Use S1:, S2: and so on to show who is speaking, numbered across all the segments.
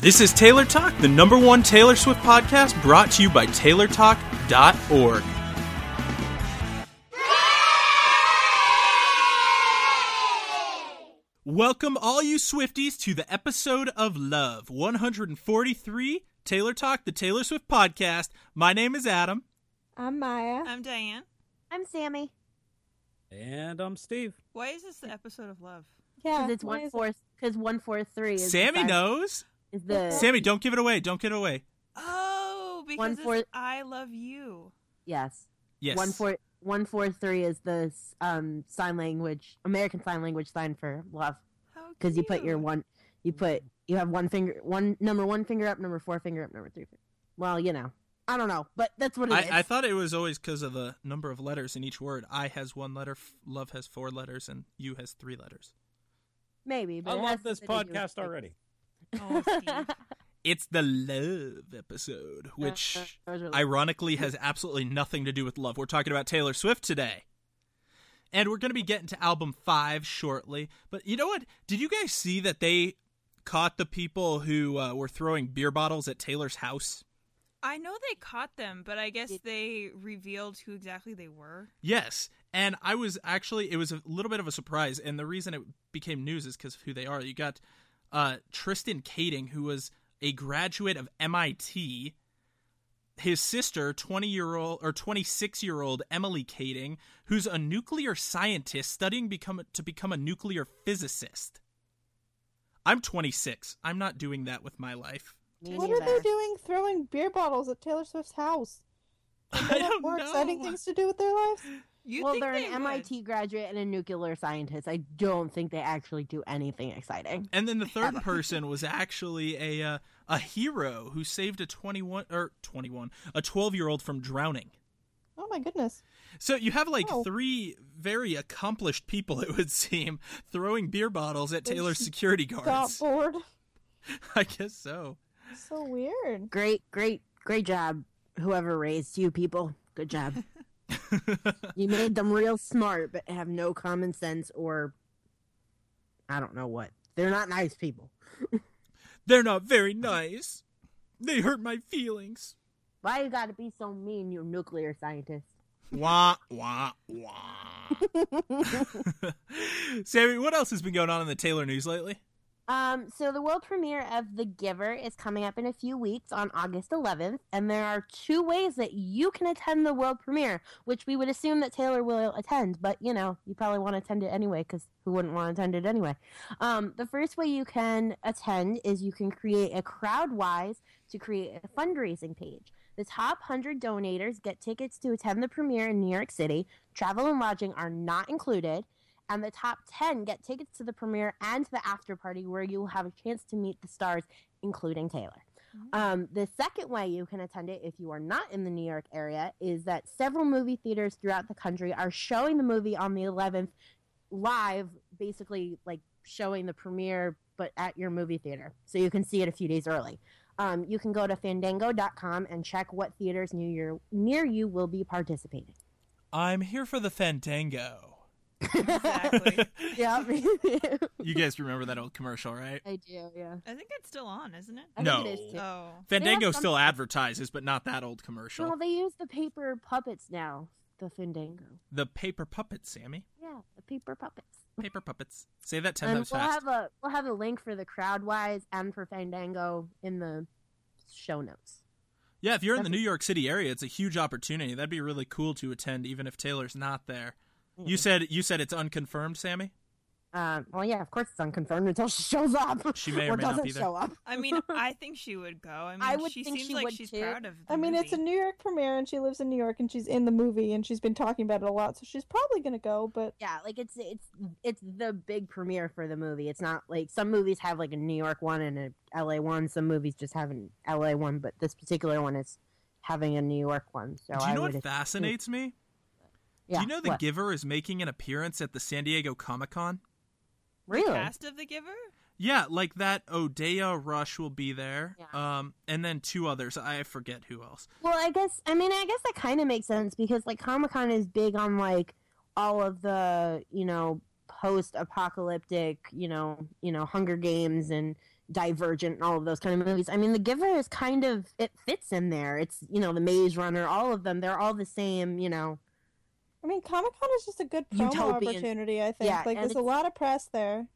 S1: This is Taylor Talk, the number one Taylor Swift podcast brought to you by TaylorTalk.org. Welcome, all you Swifties, to the episode of Love 143 Taylor Talk, the Taylor Swift podcast. My name is Adam.
S2: I'm Maya.
S3: I'm Diane.
S4: I'm Sammy.
S5: And I'm Steve.
S3: Why is this the episode of love?
S4: Because it's one fourth. Because one fourth three is
S1: Sammy
S4: the,
S1: knows.
S4: Is the
S1: Sammy, don't give it away. Don't give it away.
S3: Oh, because
S4: One
S3: it's
S4: fourth-
S3: I love you.
S4: yes.
S1: Yes.
S4: One fourth. One fourth three is the um sign language American sign language sign for love.
S3: How
S4: Because you put your
S3: cute.
S4: one. You put you have one finger one number one finger up number four finger up number three. Finger. Well, you know. I don't know, but that's what it is.
S1: I, I thought it was always because of the number of letters in each word. I has one letter, f- love has four letters, and you has three letters.
S4: Maybe. But
S5: I
S4: it
S5: love
S4: has
S5: this
S4: to do with
S5: podcast
S4: it.
S5: already.
S3: Oh, Steve.
S1: It's the love episode, which
S4: that was really-
S1: ironically has absolutely nothing to do with love. We're talking about Taylor Swift today. And we're going to be getting to album five shortly. But you know what? Did you guys see that they caught the people who uh, were throwing beer bottles at Taylor's house?
S3: I know they caught them, but I guess they revealed who exactly they were.
S1: Yes. And I was actually, it was a little bit of a surprise. And the reason it became news is because of who they are. You got uh, Tristan Kading, who was a graduate of MIT. His sister, 20 year old or 26 year old Emily Kading, who's a nuclear scientist studying become, to become a nuclear physicist. I'm 26. I'm not doing that with my life.
S4: Me
S2: What are they
S4: neither.
S2: doing throwing beer bottles at Taylor Swift's house?
S1: I
S2: They have
S1: don't
S2: more
S1: know.
S2: exciting things to do with their lives?
S3: You
S4: well,
S3: think
S4: they're
S3: they
S4: an
S3: would.
S4: MIT graduate and a nuclear scientist. I don't think they actually do anything exciting.
S1: And then the third person was actually a uh, a hero who saved a 21 or 21 a 12-year-old from drowning.
S2: Oh my goodness.
S1: So you have like
S2: Oh.
S1: three very accomplished people it would seem throwing beer bottles at
S2: They
S1: Taylor's security
S2: Got
S1: guards.
S2: bored.
S1: I guess so.
S2: So weird.
S4: Great, great, great job, whoever raised you people. Good job. you made them real smart, but have no common sense or I don't know what. They're not nice people.
S1: They're not very nice. They hurt my feelings.
S4: Why you gotta be so mean, you nuclear scientist?
S1: Wah wah wah. Sammy, what else has been going on in the Taylor news lately?
S4: Um, so the world premiere of The Giver is coming up in a few weeks on August 11th, and there are two ways that you can attend the world premiere, which we would assume that Taylor will attend, but you know, you probably want to attend it anyway because who wouldn't want to attend it anyway? Um, the first way you can attend is you can create a crowdwise to create a fundraising page. The top 100 donators get tickets to attend the premiere in New York City. Travel and lodging are not included and the top 10 get tickets to the premiere and to the after party where you will have a chance to meet the stars including taylor um, the second way you can attend it if you are not in the new york area is that several movie theaters throughout the country are showing the movie on the 11th live basically like showing the premiere but at your movie theater so you can see it a few days early um, you can go to fandango.com and check what theaters near, your, near you will be participating
S1: I'm here for the fandango.
S3: Exactly.
S4: yeah
S1: You guys remember that old commercial, right?
S4: i do yeah
S3: I think that's still on, isn't it?
S4: I think it
S1: No.
S4: is too.
S3: Oh.
S1: Fandango
S4: some-
S1: still advertises, but not that old commercial.
S4: Well, they use the paper puppets now. The Fandango.
S1: the paper puppets, Sammy.
S4: Yeah, the paper puppets.
S1: Paper puppets. Say that ten
S4: and
S1: times
S4: we'll
S1: fast.
S4: have a we'll have a link for the Crowdwise and for Fandango in the show notes.
S1: yeah, if you're in the
S4: That's-
S1: New York City area, it's a huge opportunity. That'd be really cool to attend, even if Taylor's not there.
S4: Mm-hmm.
S1: You said you said it's unconfirmed, Sammy.
S4: Um, well, yeah, of course it's unconfirmed until she shows up.
S1: She may or may not
S4: doesn't
S1: be there.
S4: show up.
S3: I mean, I think she would go. I mean,
S4: I would
S3: she
S4: think
S3: seems
S4: she
S3: like
S4: would
S3: she's
S4: too.
S3: proud of the
S2: I mean, it's a
S3: movie.
S2: New York premiere and she lives in New York and she's in the movie and she's been talking about it a lot, so she's probably going to go, but
S4: Yeah, like it's it's it's the big premiere for the movie. It's not like some movies have like a New York one and a LA one. Some movies just have an LA one, but this particular one is having a New York one. So
S1: Do you
S4: I
S1: know
S4: would
S1: what fascinates me?
S4: Yeah,
S1: Do you know the
S4: what?
S1: Giver is making an appearance at the San Diego Comic Con?
S4: really?
S3: cast of The Giver.
S1: Yeah, like that. Odea Rush will be there,
S4: Yeah.
S1: um, and then two others. I forget who else.
S4: Well, I guess I mean I guess that kind of makes sense because like Comic Con is big on like all of the you know post apocalyptic you know you know Hunger Games and Divergent and all of those kind of movies. I mean, The Giver is kind of it fits in there. It's you know the Maze Runner, all of them. They're all the same. You know,
S2: I mean, Comic Con is just a good promo
S4: Utopian.
S2: opportunity. I think
S4: Yeah,
S2: like
S4: and
S2: there's a
S4: it's-
S2: lot of press there.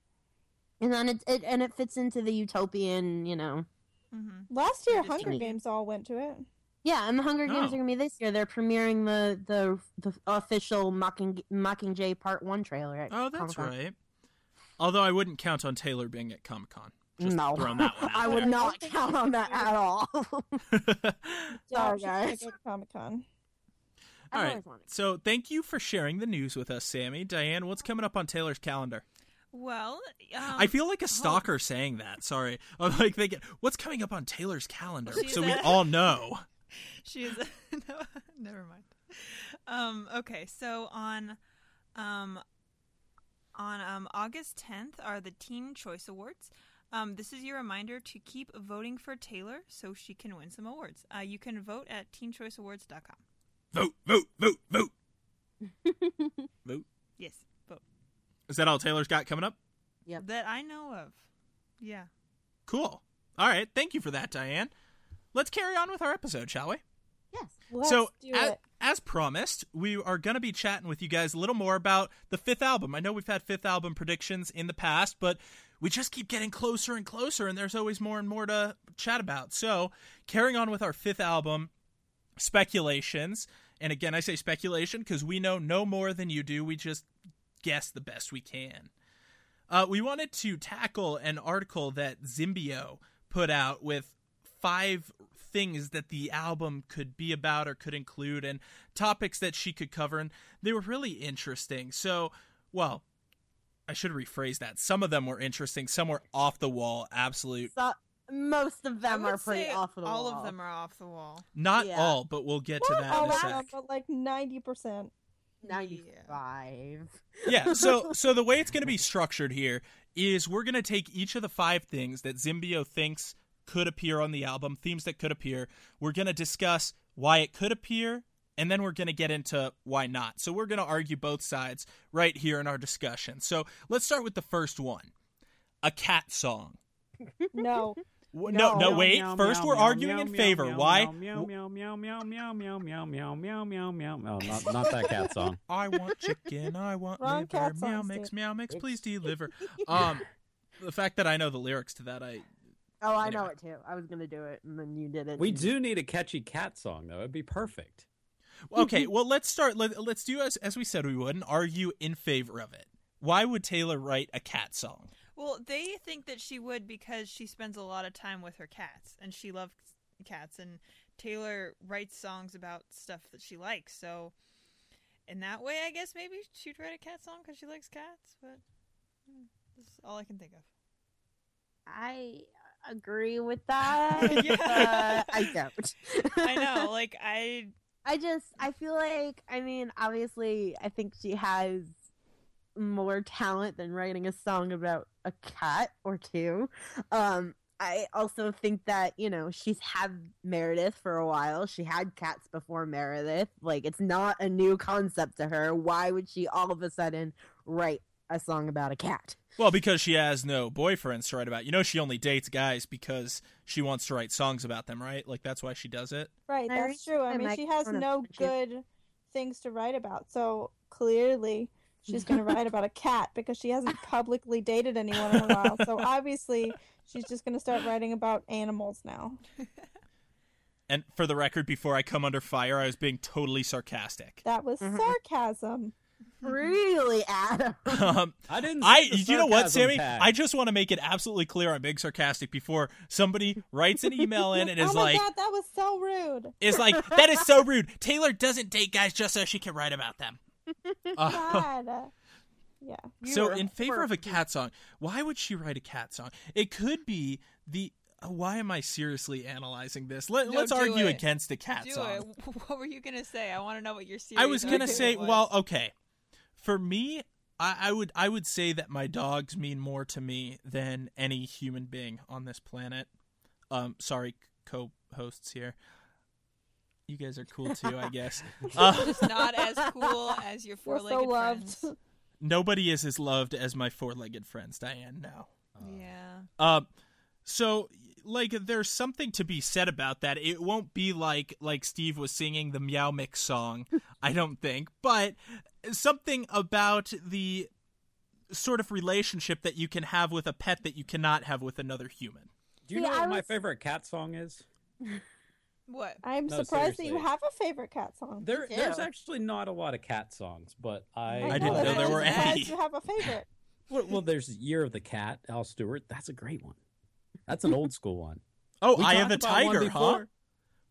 S4: and then it, it and it fits into the utopian. You know,
S3: hmm
S2: Last year,
S4: It is
S2: Hunger
S4: unique.
S2: Games all went to it.
S4: yeah. And the Hunger Games
S1: Oh.
S4: are gonna be this year. They're premiering the the, the official Mocking Mockingjay Part One trailer. At
S1: Oh, that's
S4: Comic-Con.
S1: right. Although I wouldn't count on Taylor being at Comic Con. Just
S4: No.
S1: throwing that one out
S4: I would
S2: there.
S4: not count on that at all.
S1: there.
S2: Oh,
S4: Sorry, guys.
S2: Comic Con.
S1: All
S4: I've
S1: right.
S4: always wanted.
S1: so thank you for sharing the news with us, Sammy. Diane, what's coming up on Taylor's calendar?
S3: Well, um,
S1: I feel like a stalker saying that. Sorry, I'm like thinking, what's coming up on Taylor's calendar?
S3: She's
S1: So we
S3: a-
S1: all know.
S3: she is. no, never mind. Um, okay, so on um, on um, August 10th are the Teen Choice Awards. Um, this is your reminder to keep voting for Taylor so she can win some awards. Uh, you can vote at teenchoiceawards.com.
S1: Vote, vote, vote, vote. vote.
S3: Yes, vote.
S1: Is that all Taylor's got coming up?
S4: Yep.
S3: That I know of. Yeah.
S1: Cool. All right. Thank you for that, Diane. Let's carry on with our episode, shall we?
S4: Yes.
S2: Let's
S1: so,
S2: do
S1: a- as,
S2: it.
S1: promised, we are going to be chatting with you guys a little more about the fifth album. I know we've had fifth album predictions in the past, but we just keep getting closer and closer, and there's always more and more to chat about. So, carrying on with our fifth album speculations, and again, I say speculation because we know no more than you do. We just guess the best we can. Uh, we wanted to tackle an article that Zimbio put out with five things that the album could be about or could include and topics that she could cover. And they were really interesting. So, well, I should rephrase that. Some of them were interesting, some were off the wall, absolute.
S4: So, most of
S3: I
S4: them
S3: would
S4: are pretty
S3: say
S4: off the
S3: all
S4: wall.
S3: of them are off the wall.
S1: Not
S4: Yeah.
S1: all, but we'll get to
S2: Not
S1: that
S2: all
S1: in a
S2: of
S1: sec.
S2: them, Oh, but like ninety percent.
S4: Now you
S3: Yeah.
S4: five.
S1: yeah so so the way it's going to be structured here is we're going to take each of the five things that zimbio thinks could appear on the album themes that could appear we're going to discuss why it could appear and then we're going to get into why not so we're going to argue both sides right here in our discussion so let's start with the first one a cat song
S2: No,
S1: W- no
S5: Oh,
S1: no,
S2: No.
S1: wait first we're arguing in favor why
S5: Meow meow meow meow meow meow meow meow meow meow meow. No, Oh, not not that cat song.
S1: i want chicken i want
S2: Wrong
S1: liver
S2: cat song,
S1: meow mix
S2: Steve.
S1: meow mix please deliver um the fact that i know the lyrics to that i
S4: Oh, I
S1: Anyway.
S4: know it too. I was gonna do it, and then you did it.
S5: We
S4: and-
S5: do need a catchy cat song though. It'd be perfect.
S1: Okay,
S2: Mm-hmm.
S1: well let's start. Let, let's do as as we said we would, and argue in favor of it. Why would Taylor write a cat song?
S3: Well, they think that she would because she spends a lot of time with her cats and she loves cats and Taylor writes songs about stuff that she likes. So in that way, I guess maybe she'd write a cat song cuz she likes cats, but hmm, this is all I can think of.
S4: I agree with that.
S3: Yeah.
S4: but I don't.
S3: I know, like I
S4: I just I feel like I mean obviously I think she has more talent than writing a song about a cat or two. Um I also think that, you know, she's had Meredith for a while. She had cats before Meredith. Like it's not a new concept to her. Why would she all of a sudden write a song about a cat?
S1: Well, because she has no boyfriends to write about. You know, she only dates guys because she wants to write songs about them, right? Like that's why she does it.
S2: right,
S4: I
S2: that's
S4: reached
S2: true.
S4: my
S2: I mean, she has
S4: microphone
S2: no
S4: and she-
S2: good things to write about, so clearly she's going to write about a cat because she hasn't publicly dated anyone in a while. So obviously, she's just going to start writing about animals now.
S1: And for the record, before I come under fire, I was being totally sarcastic.
S2: That was
S4: Mhm.
S2: sarcasm.
S4: Mm-hmm. really, Adam?
S1: Um,
S5: I didn't.
S1: I,
S5: see the
S1: you know what,
S5: sarcasm
S1: Sammy?
S5: tag.
S1: I just want to make it absolutely clear I'm being sarcastic before somebody writes an email in and is
S2: oh my
S1: like,
S2: god, that was so rude.
S1: is like, that is so rude. Taylor doesn't date guys just so she can write about them. Uh,
S2: God. Yeah.
S4: You
S1: So,
S4: are
S1: in favor of a
S4: horrible.
S1: cat song, why would she write a cat song? It could be the. uh, Why am I seriously analyzing this? Let,
S3: No,
S1: let's
S3: do
S1: argue
S3: it.
S1: against the cat
S3: do
S1: song.
S3: it. What were you going to say? I want to know what your series
S1: I was gonna
S3: argument
S1: say,
S3: was.
S1: well, okay. For me, I, I would I would say that my dogs mean more to me than any human being on this planet. Um, sorry, co-hosts here. You guys are cool too, I guess. Uh,
S3: just not as cool as your
S2: We're
S3: four-legged
S2: so loved.
S3: friends.
S1: nobody is as loved as my four-legged friends, Diane. No.
S5: Uh,
S3: Yeah.
S1: Um, So like there's something to be said about that. It won't be like like Steve was singing the Meow Mix song, I don't think, but something about the sort of relationship that you can have with a pet that you cannot have with another human.
S5: Do you
S4: See,
S5: know what
S4: I
S5: my
S4: was-
S5: favorite cat song is?
S3: What?
S2: I'm
S5: No,
S2: surprised that you
S5: seriously.
S2: have a favorite cat song.
S5: There,
S4: Me
S5: there's
S4: too.
S5: actually not a lot of cat songs, but I
S1: I didn't
S2: that's
S1: know
S2: why
S1: there
S2: I'm
S1: were
S2: surprised
S1: any.
S2: You have a favorite.
S5: Well, well, there's Year of the Cat, Al Stewart. That's a great one. That's an old school one.
S1: Oh,
S5: We
S1: Eye of
S5: talked
S1: the
S5: about one
S1: Tiger, huh?
S5: before.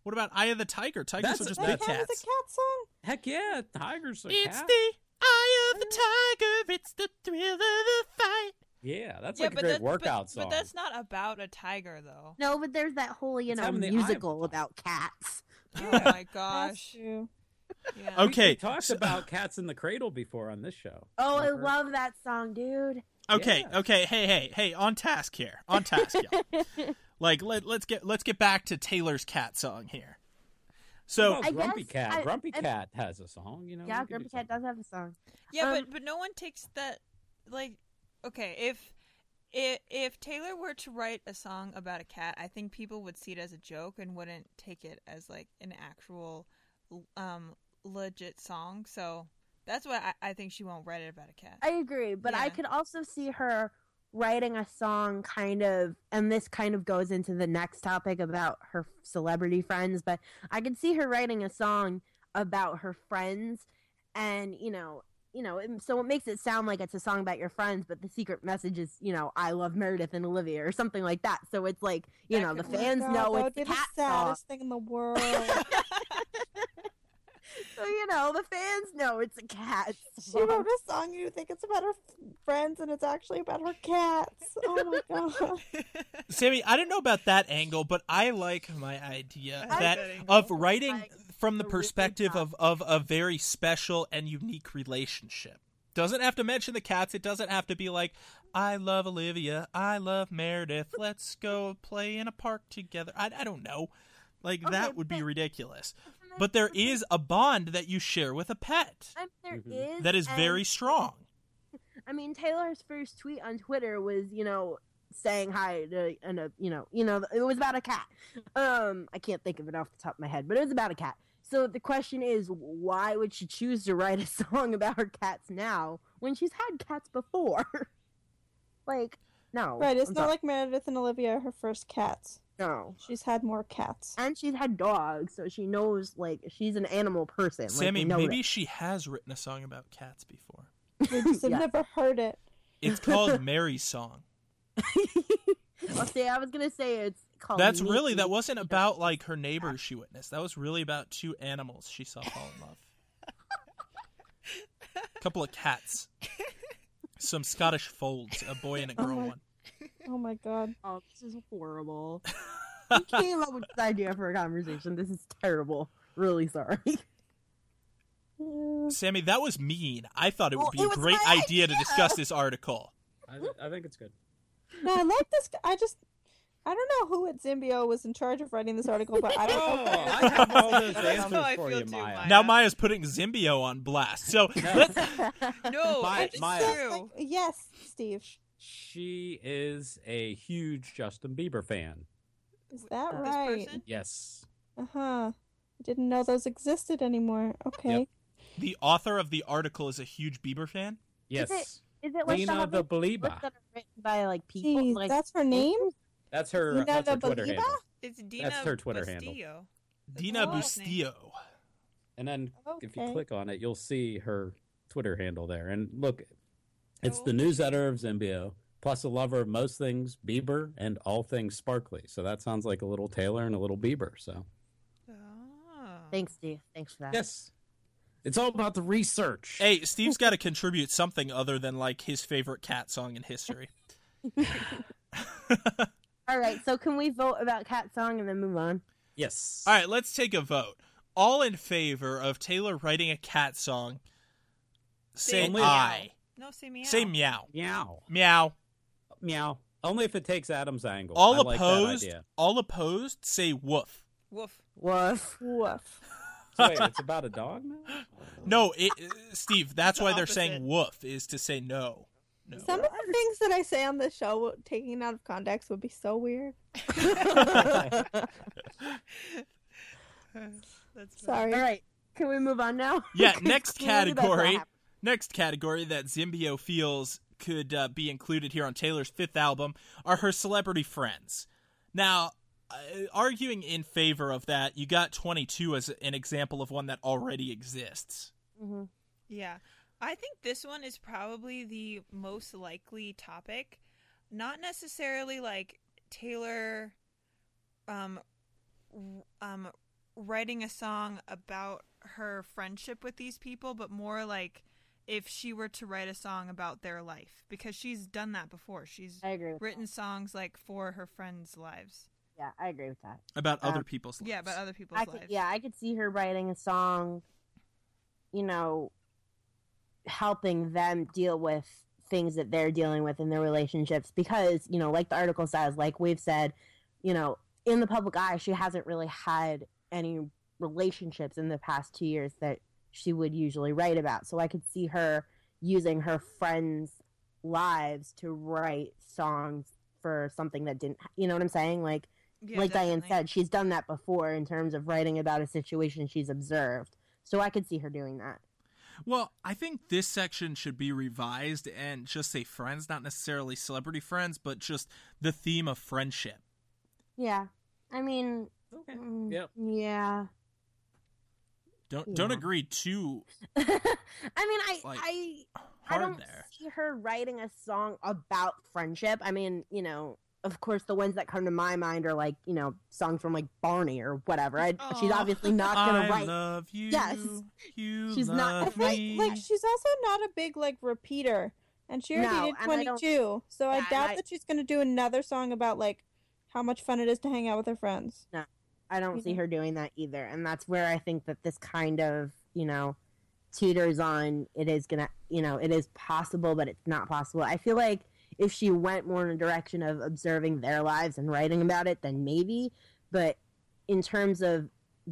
S1: What about Eye of the Tiger? Tigers
S5: That's-
S1: are just
S5: that's-
S1: big
S2: That was a
S1: cats.
S2: cat song.
S5: Heck yeah, Tiger's a
S1: It's
S5: cat.
S1: the eye of the tiger. It's the thrill of the fight.
S5: Yeah, that's
S3: yeah,
S5: like a
S3: but
S5: great
S3: that's,
S5: workout
S3: but,
S5: song.
S3: But that's not about a tiger, though.
S4: No, but there's that whole, you
S5: It's
S4: know,
S5: having the eye of
S4: musical
S5: the-
S4: about cats.
S3: Oh my
S2: That's
S3: gosh.
S2: true.
S3: Yeah.
S5: We-
S1: Okay,
S5: we talked
S1: so-
S5: about Cats in the Cradle before on this show.
S4: Oh, I
S5: Remember?
S4: love that song, dude.
S1: Okay,
S5: Yeah.
S1: okay, hey, hey, hey, on task here, on task, y'all. like let let's get let's get back to Taylor's cat song here. So
S5: Oh,
S4: I
S5: Grumpy
S4: guess
S5: Cat.
S4: I-
S5: Grumpy
S4: I-
S5: Cat has a song, you know.
S4: yeah,
S5: we could do
S4: Grumpy Cat
S5: something.
S4: does have a song.
S3: Yeah,
S4: Um,
S3: but but no one takes that like okay, if if if Taylor were to write a song about a cat, I think people would see it as a joke and wouldn't take it as like an actual um legit song. So that's why I, I think she won't write it about a cat.
S4: I agree, but I
S3: Yeah.
S4: could also see her writing a song kind of and this kind of goes into the next topic about her celebrity friends, but I could see her writing a song about her friends and, you know, you know, and so it makes it sound like it's a song about your friends, but the secret message is, you know, I love Meredith and Olivia or something like that. So it's like, you
S3: That
S4: know, the
S3: could work.
S4: fans
S2: Oh God,
S4: know
S2: that would
S4: it's
S2: be
S4: the
S2: the
S4: cat song.
S2: saddest thing in the world.
S4: So you know, the fans know it's a cat.
S2: She
S4: song.
S2: wrote a song. You think it's about her f- friends, and it's actually about her cats. Oh my god!
S1: Sammy, I don't know about that angle, but I like my idea
S3: I like
S1: that
S3: that angle.
S1: of writing
S4: Like,
S1: from the
S4: the
S1: perspective
S4: ribbon
S1: of, of a very special and unique relationship. Doesn't have to mention the cats. It doesn't have to be like, I love Olivia. I love Meredith. Let's go play in a park together. I, I don't know. Like,
S4: Okay,
S1: that would be
S4: but-
S1: ridiculous. But there is a bond that you share with a pet
S4: I mean, there
S5: Mhm.
S4: is
S1: Mm-hmm. that is
S4: and-
S1: very strong.
S4: I mean, Taylor's first tweet on Twitter was, you know, saying hi to, and a, you know, you know, it was about a cat. Um, I can't think of it off the top of my head, but it was about a cat. So the question is, why would she choose to write a song about her cats now when she's had cats before? like, no,
S2: Right? It's
S4: I'm
S2: not
S4: sorry,
S2: like Meredith and Olivia are her first cats.
S4: no.
S2: She's had more cats.
S4: And she's had dogs, so she knows like she's an animal person. like,
S1: Sammy,
S4: we know
S1: maybe
S4: that.
S1: she has written a song about cats before.
S2: We just have
S4: Yeah.
S2: never heard it.
S1: It's called Mary's Song.
S4: I'll say I was gonna say it's called.
S1: That's really
S4: Meet Oh, Me.
S1: that wasn't about like her neighbors she witnessed. That was really about two animals she saw fall in love. A couple of cats. Some Scottish folds, a boy and a girl
S2: my-
S1: one.
S2: Oh my god!
S4: Oh, this is horrible. Who came up with this idea for a conversation? This is terrible. Really sorry.
S2: Yeah.
S1: Sammy, that was mean. I thought it would
S4: Well,
S1: be
S4: it
S1: a
S4: was
S1: great
S4: my
S1: idea to discuss this article.
S5: I, th- I think it's good.
S2: No, I like this. g- I just, I don't know who at Zimbio was in charge of writing this article, but I don't know.
S5: Oh, I have all those
S3: That's
S5: answers
S3: how I
S5: for
S3: feel
S5: you,
S3: too,
S5: Maya.
S3: Maya.
S1: Now Maya's putting Zimbio on blast. So let's
S3: no,
S4: Oh,
S5: Maya-
S3: it's
S5: Maya.
S3: true.
S2: Yes, Steve.
S5: She is a huge Justin Bieber fan.
S2: Is that
S3: This
S2: right?
S3: person?
S5: Yes.
S2: Uh huh. I didn't know those existed anymore. Okay.
S1: the author of the article is a huge Bieber fan.
S5: Yes.
S4: Is it like
S5: Lena the
S4: the
S5: Belieber.
S4: that are written by like people?
S2: Jeez,
S4: like
S2: that's her name?
S5: That's her,
S2: Lena
S5: that's her
S2: the
S5: Twitter
S2: Belieber?
S5: handle.
S3: It's Dina
S5: her Twitter handle.
S3: Bustillo.
S1: Dina
S3: Oh.
S1: Bustillo.
S5: And then if you
S2: Okay.
S5: click on it, you'll see her Twitter handle there. And look, it's
S3: Oh.
S5: the news editor of Zimbio, plus a lover of most things Bieber and all things sparkly. So that sounds like a little Taylor and a little Bieber. So
S3: Oh.
S4: Thanks, Steve. Thanks for that.
S5: yes, it's all about the research.
S1: Hey, Steve's got to contribute something other than like his favorite cat song in history.
S4: All right. So can we vote about Cat Song and then move on?
S5: yes.
S1: All right, let's take a vote. All in favor of Taylor writing a cat song, say
S5: Only-
S1: aye.
S3: No, say meow.
S1: Say meow.
S5: Meow.
S1: Meow.
S5: Meow. Only if it takes Adam's angle.
S1: All
S5: I like that
S1: opposed.
S5: idea.
S1: all opposed. Say woof.
S3: Woof.
S4: Woof.
S2: Woof.
S5: So wait, it's about a dog now?
S1: No, it, Steve. That's
S3: The
S1: why they're saying
S3: opposite.
S1: woof is to say no. No.
S2: Some of the things that I say on this show, w- taking it out of context, would be so weird.
S3: That's
S2: Sorry.
S4: All right. Can we move on now?
S1: Yeah,
S4: 'Cause
S1: next
S4: clearly that's not
S1: category.
S4: happening.
S1: Next category that Zimbio feels could uh, be included here on Taylor's fifth album are her celebrity friends. Now, uh, arguing in favor of that, you got 22 as an example of one that already exists.
S4: Mhm.
S3: Yeah. I think this one is probably the most likely topic. Not necessarily like Taylor um w- um writing a song about her friendship with these people, but more like if she were to write a song about their life because she's done that before. She's
S4: I agree. With
S3: written
S4: That.
S3: songs like for her friends' lives.
S4: Yeah, I agree with that.
S1: About
S4: Um,
S1: other people's lives.
S3: Yeah, but uh, other people's
S4: I
S3: lives.
S4: could, yeah, I could see her writing a song, you know, helping them deal with things that they're dealing with in their relationships because, you know, like the article says, like we've said, you know, in the public eye, she hasn't really had any relationships in the past two years that she would usually write about. So I could see her using her friends' lives to write songs for something that didn't, you know what I'm saying? Like,
S3: Yeah,
S4: like
S3: definitely.
S4: Diane said, she's done that before in terms of writing about a situation she's observed. So I could see her doing that.
S1: Well, I think this section should be revised and just say friends, not necessarily celebrity friends, but just the theme of friendship.
S4: Yeah. I mean,
S5: Okay.
S4: mm,
S5: Yep.
S4: yeah.
S1: Don't don't
S4: Yeah.
S1: agree too
S4: I mean, I,
S1: Like,
S4: I, I
S1: hard
S4: don't
S1: there.
S4: see her writing a song about friendship. I mean, you know, of course, the ones that come to my mind are like, you know, songs from like Barney or whatever. I, she's
S3: Aw.
S4: obviously not going
S1: I
S4: to write.
S1: love you.
S4: Yes.
S1: You
S4: She's not-
S2: I
S1: love me.
S2: think like she's also not a big like repeater, and she already
S4: No,
S2: did
S4: and I
S2: twenty
S4: don't-
S2: two. So I
S4: Yeah, and
S2: doubt
S4: I-
S2: that she's gonna do another song about like how much fun it is to hang out with her friends.
S4: I don't see
S2: Mhm.
S4: her doing that either. And that's where I think that this kind of, you know, teeters on it is going to, you know, it is possible, but it's not possible. I feel like if she went more in a direction of observing their lives and writing about it, then maybe. But in terms of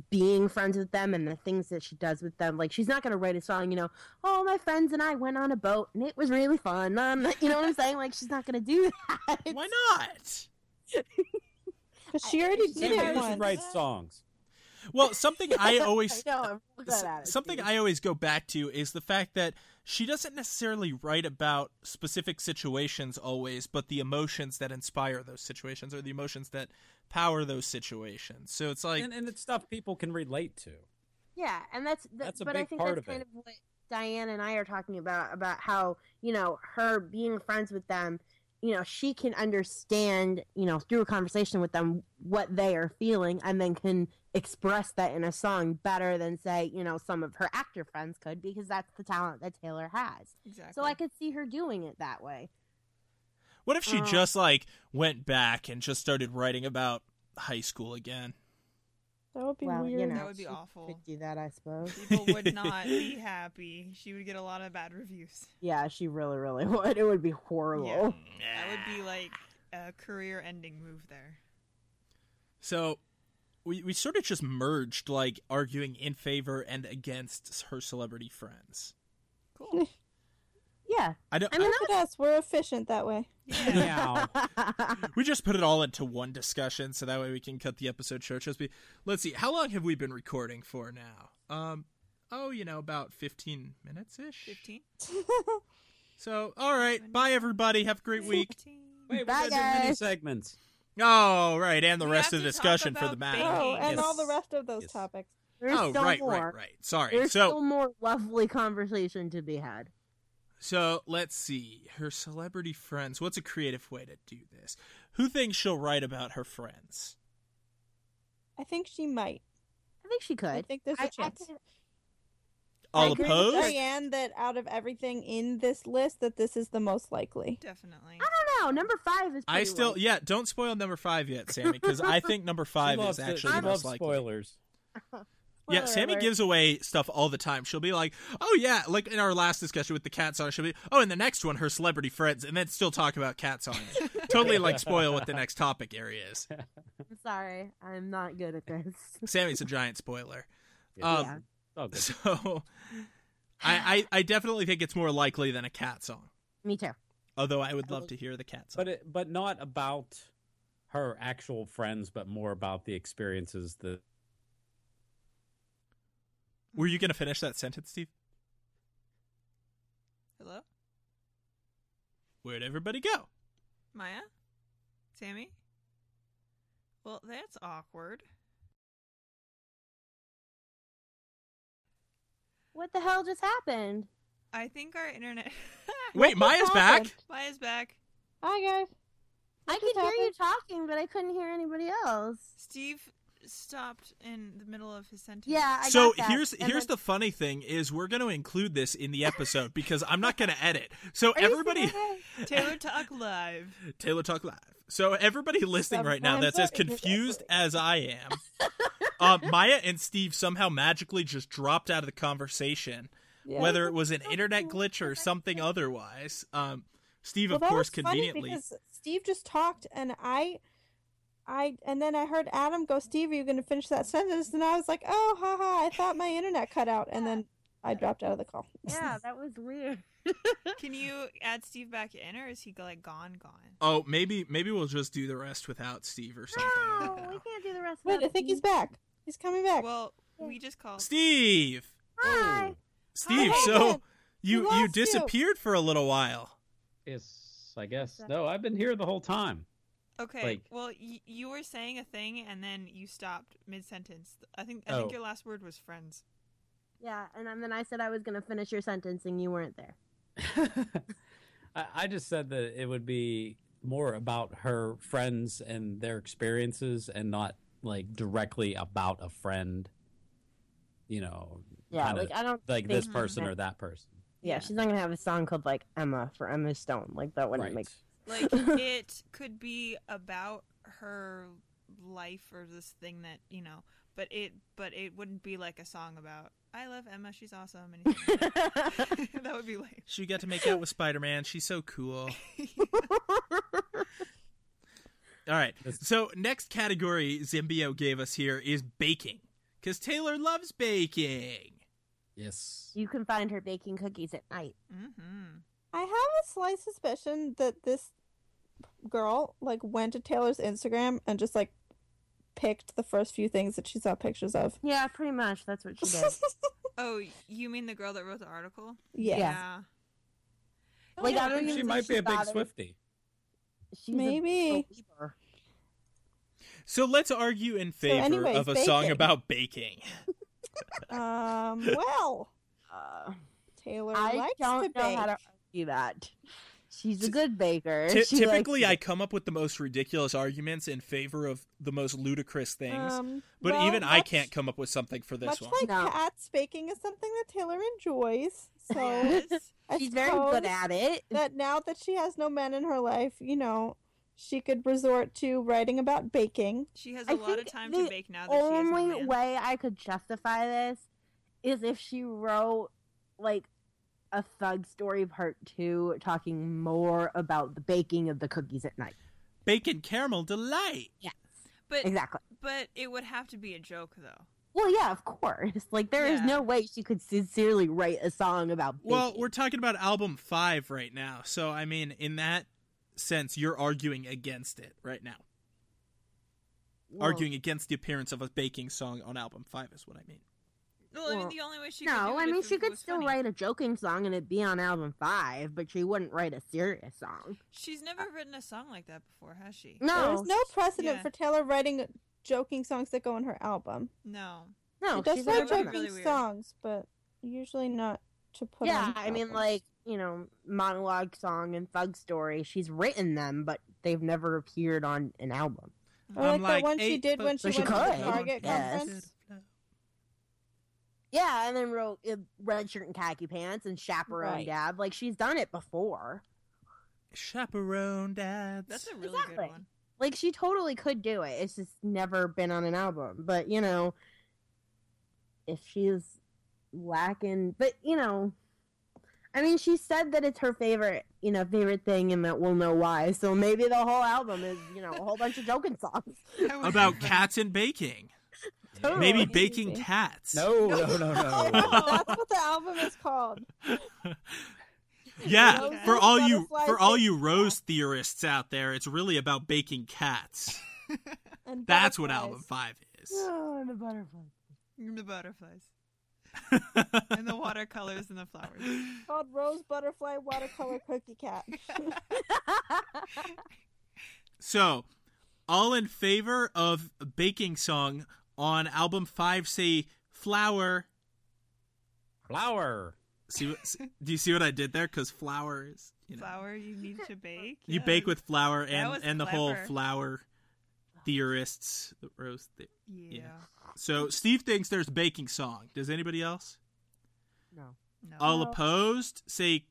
S4: being friends with them and the things that she does with them, like she's not going to write a song, you know, oh, my friends and I went on a boat and it was really fun. Um, you know what I'm saying? Like she's not going to do that.
S1: Why not?
S2: Because she already did
S4: she did
S2: it
S5: Maybe
S4: that
S5: you
S2: once.
S5: should write songs.
S1: Well, something I always
S4: I know, I'm really
S1: S-
S4: good at it,
S1: something
S4: dude.
S1: I always go back to is the fact that she doesn't necessarily write about specific situations always, but the emotions that inspire those situations or the emotions that power those situations. So it's like
S5: and, and it's stuff people can relate to.
S4: Yeah, and that's that,
S5: That's a
S4: but I
S5: big
S4: think
S5: part
S4: that's
S5: of
S4: kind
S5: it.
S4: of what Diane and I are talking about about how you know her being friends with them, you know, she can understand you know through a conversation with them what they are feeling, and then can express that in a song better than say you know some of her actor friends could because that's the talent that Taylor has.
S3: Exactly.
S4: So I could see her doing it that way.
S1: what if she
S4: Uh.
S1: just like went back and just started writing about high school again?
S2: That would be
S4: Well, you
S2: weird.
S4: know.
S3: that would be
S4: she
S3: awful.
S4: Could do that, I suppose.
S3: people would not be happy. She would get a lot of bad reviews.
S4: Yeah, she really, really would. It would be horrible.
S3: That would be like a career ending move there.
S1: So we we sort of just merged like arguing in favor and against her celebrity friends.
S3: Cool.
S4: Yeah.
S1: I don't
S4: I mean,
S2: Look at us. We're efficient that way.
S3: Yeah.
S5: Now,
S1: we just put it all into one discussion so that way we can cut the episode short just be let's see how long have we been recording for now um oh you know about 15 minutes ish
S3: 15?
S1: so all right bye everybody have a great week
S3: 15.
S5: wait, we
S4: Bye,
S5: got mini
S4: guys.
S5: segments.
S1: all right and the
S3: We
S1: rest
S3: have
S1: of the
S3: to talk
S1: discussion for
S3: about
S1: the matter
S3: baking.
S2: oh, and
S1: Yes.
S2: all the rest of those
S5: Yes.
S2: topics.
S4: There's
S1: oh
S4: still
S1: right
S4: more.
S1: right right sorry
S4: There's
S1: so
S4: still more lovely conversation to be had.
S1: so let's see her celebrity friends what's a creative way to do this who thinks she'll write about her friends
S2: I think she might.
S4: I think she could.
S2: I think there's a
S4: I- I
S2: chance.
S4: could-
S1: all
S4: agree with
S1: opposed
S2: Diane, that out of everything in this list, that this is the most likely.
S3: Definitely.
S1: Ah.
S4: I don't know. Number five is.
S1: I
S4: pretty
S1: still,
S4: low.
S1: yeah. Don't spoil number five yet, Sammy, because I think number five
S5: she
S1: is
S5: loves, the-
S1: actually
S5: she
S1: the most
S5: loves
S1: likely.
S5: spoilers.
S1: Yeah,
S4: Spoiler
S1: Sammy
S4: alert.
S1: gives away stuff all the time. She'll be like, "Oh yeah," like in our last discussion with the cat song. She'll be, "Oh, in the next one, her celebrity friends," and then still talk about cat song. totally like spoil what the next topic area is.
S4: I'm sorry, I'm not good at this.
S1: Sammy's a giant spoiler.
S5: Yeah.
S1: Um,
S4: Yeah.
S5: Oh, good.
S1: So, I, I I definitely think it's more likely than a cat song.
S4: Me too.
S1: Although I would love to hear the cat song.
S5: but it, but not about her actual friends, but more about the experiences that
S1: Were you going to finish that sentence, Steve?
S3: Hello,
S1: Where'd everybody go?
S3: Maya, Sammy. Well, that's awkward.
S4: What the hell just happened?
S3: I think our internet.
S1: Wait, Maya's back.
S4: happened?
S3: Maya's back.
S2: Hi guys.
S4: I
S2: What just
S4: could hear you
S2: happened?
S4: talking, but I couldn't hear anybody else.
S3: Steve stopped in the middle of his sentence.
S4: Yeah. I
S1: so
S4: got that.
S1: here's
S4: And
S1: here's
S4: then-
S1: the funny thing is we're going to include this in the episode because I'm not going to edit. So
S4: Are you
S1: everybody
S4: serious?
S3: Taylor Talk Live.
S1: Taylor Talk Live. So everybody listening right now that's as confused as I am, uh, Maya and Steve somehow magically just dropped out of the conversation,
S2: Yeah.
S1: whether it was an internet glitch or something otherwise. Um, Steve,
S2: Well,
S1: of
S2: that
S1: course,
S2: was funny
S1: conveniently.
S2: because Steve just talked and I I and then I heard Adam go, Steve, are you gonna finish that sentence? And I was like, Oh ha ha, I thought my internet cut out and then I dropped out of the call.
S4: Yeah, that was weird.
S3: Can you add Steve back in, or is he like gone, gone?
S1: Oh, maybe maybe we'll just do the rest without Steve or something. I
S4: No,
S1: don't
S4: we
S1: know.
S4: can't do the rest.
S2: Wait,
S4: without
S2: I think
S4: you.
S2: he's back. He's coming
S1: Oh.
S2: back.
S3: Well, we just called.
S1: Steve,
S4: Hi.
S5: Oh,
S1: Steve.
S2: Hi,
S1: so
S2: Ben. We
S1: you you
S2: lost you.
S1: disappeared for a little while.
S5: is I guess no, I've been here the whole time.
S3: Okay.
S5: Like-
S3: well, y- you were saying a thing and then you stopped mid sentence. I think I think
S5: Oh.
S3: your last word was friends.
S4: Yeah, and then I said I was gonna finish your sentence, and you weren't there.
S5: I, I just said that it would be more about her friends and their experiences, and not like directly about a friend. You know,
S4: Yeah,
S5: Kinda
S4: like I don't. think-
S5: like this person or that person.
S4: Yeah, she's not gonna have a song called like Emma for Emma Stone. Like that wouldn't
S5: right.
S4: make.
S3: Like it could be about her life or this thing that you know, but it but it wouldn't be like a song about I love Emma, she's awesome. Anything like that. that would be lame.
S1: She got to make out with Spider Man. She's so cool. All right.
S5: That's-
S1: So next category Zimbio gave us here is baking, because Taylor loves baking.
S5: Yes.
S4: You can find her baking cookies at night.
S3: Mm-hmm.
S2: I have a slight suspicion that this girl like went to Taylor's Instagram and just like picked the first few things that she saw pictures of.
S4: Yeah, pretty much. That's what she did.
S3: Oh, you mean the girl that wrote the article?
S2: yeah.
S4: Yeah. Like,
S5: Yeah,
S4: I don't
S5: think
S4: even
S5: she
S4: think
S5: might
S4: she
S5: be a big
S4: bothered.
S5: Swifty.
S4: She's a
S2: Maybe.
S4: believer.
S1: So let's argue in favor
S2: anyways,
S1: of a song
S2: baking.
S1: about baking.
S2: Um. Well,
S4: Uh,
S2: Taylor
S4: I
S2: likes to
S4: don't know
S2: bake.
S4: how to argue that. She's
S1: T-
S4: a good baker.
S1: Ty-
S4: She
S1: typically, I
S4: likes
S1: come up with the most ridiculous arguments in favor of the most ludicrous things,
S2: Um,
S1: but
S2: well,
S1: even I
S2: much-
S1: can't come up with something for this
S2: much
S1: one.
S2: like
S4: No.
S2: cats, baking is something that Taylor enjoys. So
S3: Yes.
S2: I
S4: She's very good
S2: suppose
S4: at it.
S2: that. Now that she has no men in her life, you know, she could resort to writing about baking.
S3: She has a
S4: I
S3: lot of
S4: think
S3: time
S4: the
S3: to bake now that she has
S4: only
S3: no man.
S4: way I could justify this is if she wrote like a thug story part two talking more about the baking of the cookies at night.
S1: Bacon caramel delight.
S4: Yes.
S3: But
S4: Exactly.
S3: but it would have to be a joke though.
S4: Well, yeah, of course. Like there is
S3: Yeah.
S4: no way she could sincerely write a song about baking.
S1: Well, we're talking about album five right now, so I mean, in that sense, you're arguing against it right now.
S4: Well,
S1: arguing against the appearance of a baking song on album five is what I mean.
S3: Well, I mean,
S4: Well,
S3: the only way she could
S4: No,
S3: do
S4: I
S3: it
S4: mean
S3: if
S4: she
S3: it
S4: could
S3: was
S4: still
S3: funny.
S4: write a joking song and it'd be on album five, but she wouldn't write a serious song.
S3: She's never written a song like that before, has she?
S4: No,
S2: There's no precedent
S3: yeah.
S2: for Taylor writing joking songs that go in her album.
S3: No.
S4: no,
S2: she does
S4: she's
S2: write
S4: never
S3: really
S2: joking
S4: done that.
S3: really weird.
S2: songs, but usually not to put.
S4: yeah
S2: on her
S4: i mean
S2: album.
S4: like you know monologue song and thug story she's written them but they've never appeared on an album
S2: Or
S1: I'm
S2: like,
S1: like
S2: the one she
S1: eight
S2: did when
S1: foot
S2: she
S4: Well, she
S2: went to the
S4: could.
S2: Target
S4: Yes.
S2: conference.
S4: yeah and then wrote uh, red shirt and khaki pants and chaperone
S2: Right.
S4: dad like she's done it before
S1: Chaperone dads.
S3: That's a really
S4: Exactly.
S3: good one.
S4: like she totally could do it it's just never been on an album but you know if she's lacking but you know i mean she said that it's her favorite you know favorite thing and that we'll know why so maybe the whole album is you know a whole bunch of joking songs
S3: That would
S1: about
S3: be-
S1: cats and baking.
S2: Oh,
S4: Totally.
S1: Maybe
S4: Amazing.
S1: baking cats. Oh.
S5: No, no, no, no.
S2: That's what the album is called.
S1: Yeah,
S3: Roses
S1: for
S3: and
S1: all you
S2: butterflies
S1: for all
S2: and-
S1: you rose theorists out there, it's really about baking cats.
S2: and
S1: That's what album
S2: butterflies.
S1: 5 is.
S4: Oh, and the butterfly.
S3: The butterflies and the watercolors and the flowers.
S2: Called Rose Butterfly Watercolor Cookie Cat.
S1: so, all in favor of baking song on album 5 say flower.
S5: Flower.
S1: See what, s- do you see what I did there cuz flour is, you know.
S3: Flour you need to bake.
S1: You bake
S3: yes.
S1: with flour and
S3: was
S1: and the whole
S3: clever.
S1: flour theorists, the rose the-
S3: Yeah.
S1: So, Steve thinks there's baking song. Does anybody else?
S4: No.
S3: No.
S1: All
S2: No.
S1: opposed say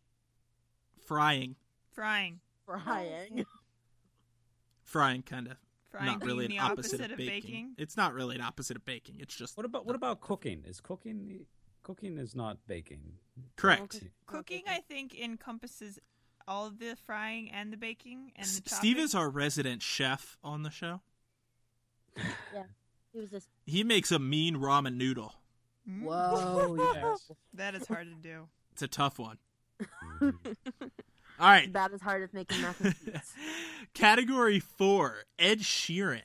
S1: frying.
S3: frying.
S4: Frying.
S1: Frying kind of
S3: Frying
S1: not
S3: being
S1: really
S3: the
S1: an opposite, of baking.
S3: baking.
S1: It's not really an opposite of baking. It's just
S5: What about what about cooking? Is cooking cooking is not baking?
S1: correct.
S3: Cooking, I think, encompasses all of the frying and the baking and
S1: S-
S3: the
S1: Steve
S3: chopping.
S1: is our resident chef on the show.
S4: He was just
S1: He makes a mean ramen noodle.
S3: Mm,
S1: Oh,
S4: whoa.
S5: yes.
S3: That is hard to do.
S1: It's a tough one.
S3: Mm-hmm.
S5: Mhm.
S1: All right.
S4: about as hard as making mac and cheese.
S1: Category 4, Ed Sheeran.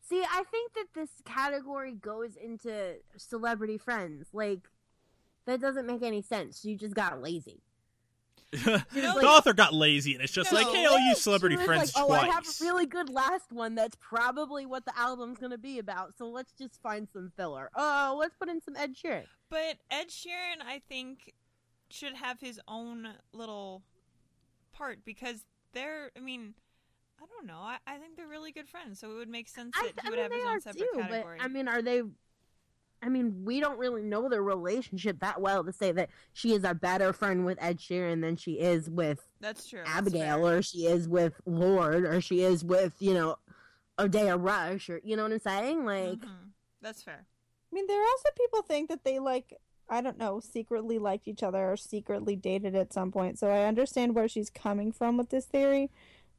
S4: See, I think that this category goes into celebrity friends. Like, that doesn't make any sense. You just got lazy.
S1: the
S4: like-
S1: author got lazy and it's just
S3: No
S1: like, hey, I'll
S4: Hey,
S1: use celebrity
S4: she was
S1: friends
S4: like,
S1: twice.
S4: Oh, I have a really good last one. That's probably what the album's going to be about. So let's just find some filler. Oh, let's put in some Ed Sheeran.
S3: But Ed Sheeran, I think, should have his own little part because they're. I mean, I don't know. I, I think they're really good friends, so it would make sense
S4: I,
S3: that he
S4: I
S3: would
S4: mean,
S3: have his
S4: they
S3: own
S4: are
S3: separate
S4: too.
S3: category.
S4: But I mean, are they? I mean, we don't really know their relationship that well to say that she is a better friend with Ed Sheeran than she is with
S3: That's true. that's
S4: Abigail,
S3: fair.
S4: or she is with Lord, or she is with you know Odea Rush, or you know what I'm saying? Like,
S3: Mhm. That's fair.
S2: I mean, there are also people think that they like, I don't know, secretly liked each other or secretly dated at some point. So I understand where she's coming from with this theory,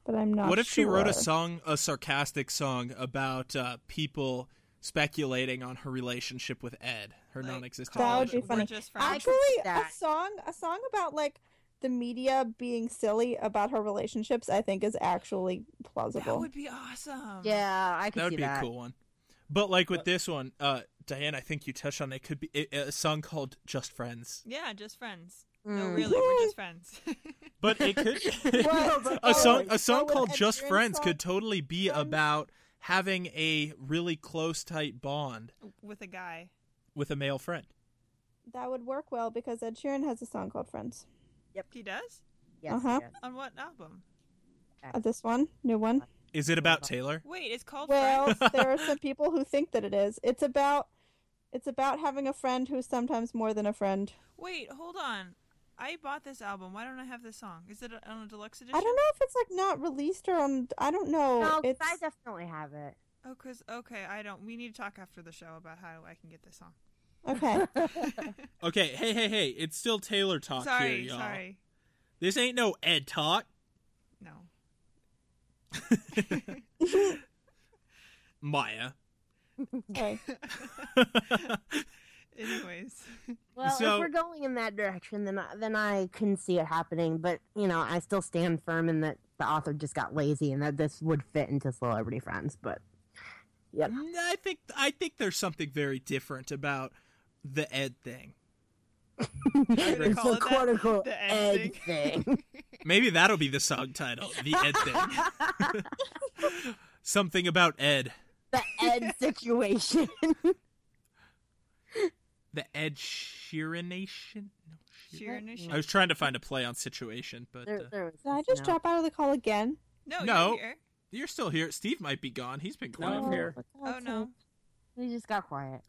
S2: but I'm not.
S1: What if she wrote a
S2: sure.
S1: song, a sarcastic song about uh, people speculating on her relationship with Ed, her
S3: Like,
S1: non-existent
S3: call
S2: That would
S3: it
S2: be
S1: relationship?
S3: We're
S2: funny.
S3: Just friends.
S4: I could
S2: Actually,
S4: see
S2: a
S4: that.
S2: song, a song about like the media being silly about her relationships, I think is actually
S3: That
S2: plausible.
S3: would be
S4: Mm-hmm.
S3: awesome.
S4: yeah, I could
S1: that would
S4: see
S1: be
S4: that.
S1: a cool one. But like with
S5: But-
S1: this one, uh, Diane, I think you touched on it. Could be a, a song called "Just Friends,"
S3: Yeah, just friends. No,
S4: Mm.
S3: really, we're just friends.
S1: but it could
S2: What?
S1: a song
S2: Oh,
S1: a song
S2: with
S1: called
S2: Ed
S1: "Just
S2: Sheeran
S1: Friends"
S2: song?
S1: could totally be
S2: Friends?
S1: about having a really close, tight bond
S3: With a guy.
S1: with a male friend.
S2: that would work well because Ed Sheeran has a song called Friends.
S3: He does?
S4: Yes,
S2: Uh-huh.
S4: yes.
S3: On what album?
S2: Uh, this one, new one.
S1: Is it about Taylor?
S3: Wait, it's called
S2: Well,
S3: Friends?
S2: there are some people who think that it is. It's about it's about having a friend who's sometimes more than a friend.
S3: Wait, hold on. I bought this album. Why don't I have this song? Is it on a deluxe edition?
S2: I don't know if it's like not released or on. I don't know.
S4: No, 'cause
S2: it's
S4: I definitely have it.
S3: Oh, cause okay, I don't. We need to talk after the show about how I can get this song.
S2: okay.
S1: Okay, hey, hey, hey! It's still Taylor talk Ah, here,
S3: sorry,
S1: y'all.
S3: sorry.
S1: This ain't no Ed talk.
S3: No.
S1: Maya.
S2: Sorry.
S3: Anyways,
S4: Well,
S1: So-
S4: if we're going in that direction, then I, then I couldn't see it happening. But you know, I still stand firm in that the author just got lazy and that this would fit into celebrity friends. But yep,
S1: Mm, I think I think there's something very different about the Ed thing.
S3: gonna
S4: it's
S3: call
S4: a
S3: it that?
S4: quote unquote
S3: The
S4: egg
S3: egg
S4: thing.
S1: Maybe that'll be the song title, the Ed thing. Something about Ed,
S4: the egg situation.
S1: the Ed Sheeranation. No, Sheer-
S3: Sheeran is
S1: I
S3: Sheeran.
S1: was trying to find a play on situation, but
S4: there,
S1: uh,
S4: there was
S2: Did I just
S4: no.
S2: drop out of the call again?
S3: No,
S1: No.
S3: You're here.
S1: you're still here. Steve might be gone. He's been
S5: No,
S1: quiet.
S5: I'm here.
S2: for God's
S3: Oh no.
S4: We just got quiet.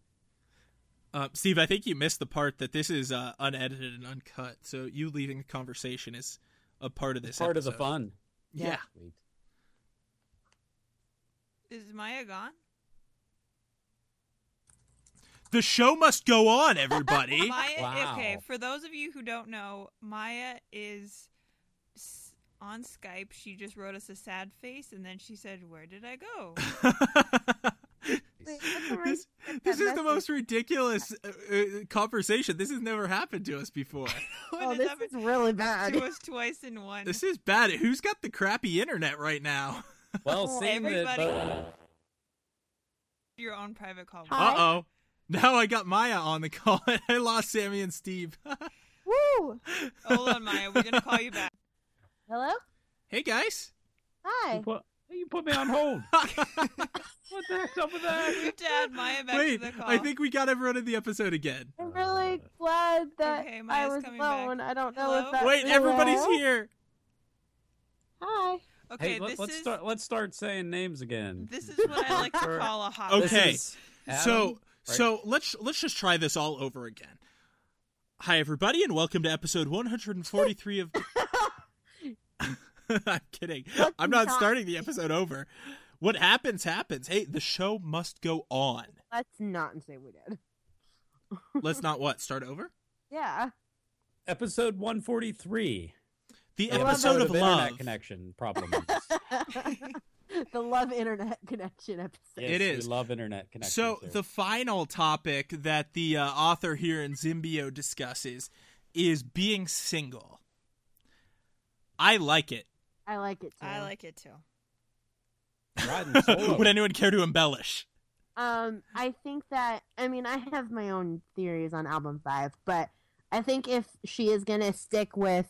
S1: Uh, Steve, I think you missed the part that this is uh, unedited and uncut. So you leaving the conversation is a part of this.
S5: It's part of the
S1: episode.
S5: fun.
S1: Yeah.
S5: Sweet.
S3: Is Maya gone?
S1: The show must go on, everybody.
S3: Maya.
S5: Wow.
S3: Okay, for those of you who don't know, Maya is s- on Skype. She just wrote us a sad face, and then she said, "Where did I go?"
S4: Wait, what's the right
S1: This- this is the
S2: message.
S1: most ridiculous uh, uh, conversation. This has never happened to us before.
S3: When
S4: Oh,
S3: it
S4: this
S3: happened
S4: is really bad.
S3: to us twice in one.
S1: This is bad. Who's got the crappy internet right now?
S5: Well,
S4: Well,
S5: seeing
S3: Oh,
S5: that
S3: everybody-
S5: both-
S3: Your own private call.
S4: Hi.
S1: Uh oh. Now I got Maya on the call and I lost Sammy and Steve.
S2: Woo!
S3: Hold on, Maya. We're gonna call you back.
S4: Hello?
S1: hey guys.
S5: you
S4: Hi.
S5: put, you put me on hold. what the heck's up with that?
S3: We have to add Maya back
S1: Wait,
S3: to the call.
S1: I think we got everyone in the episode again.
S4: I'm really glad that
S3: Okay,
S4: I
S3: Maya's
S4: was
S3: coming back.
S4: alone. I don't know
S3: Hello?
S4: if that
S1: Wait,
S4: Hello?
S1: everybody's here.
S4: Hi.
S3: okay,
S5: Hey, let,
S3: this
S5: let's
S3: is
S5: start. Let's start saying names again.
S3: this is what I like to
S5: Sure.
S3: call a hot.
S5: This
S1: Okay.
S5: is Adam.
S1: so
S5: right?
S1: so let's let's just try this all over again. Hi everybody and welcome to episode 143 of I'm kidding.
S4: Welcome
S1: I'm not
S4: back.
S1: starting the episode over. What happens happens. Hey, the show must go on.
S4: Let's not say we did.
S1: Let's not what? Start over?
S4: Yeah.
S5: episode 143.
S1: The
S5: The
S1: episode of
S5: internet
S1: love.
S5: connection problem.
S4: the love internet connection episode.
S5: Yes,
S1: is.
S5: We love internet connection.
S1: So
S5: too.
S1: the final topic that the uh, author here in Zimbio discusses is being single. I like it.
S4: I like it too.
S3: I like it too.
S5: Riding solo.
S1: Would anyone care to embellish?
S4: Um, I think that I mean I have my own theories on album five, but I think if she is gonna stick with,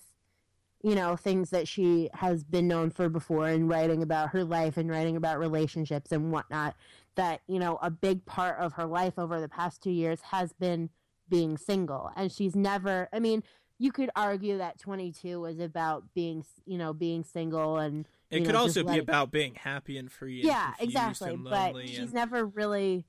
S4: you know, things that she has been known for before and writing about her life and writing about relationships and whatnot, that you know a big part of her life over the past two years has been being single, and she's never. I mean, you could argue that twenty two was about being, you know, being single and
S1: It
S4: you
S1: could
S4: know, just
S1: also be
S4: letting-
S1: about being happy and free. And
S4: yeah
S1: confused
S4: exactly
S1: and
S4: but
S1: lonely
S4: she's
S1: and-
S4: never really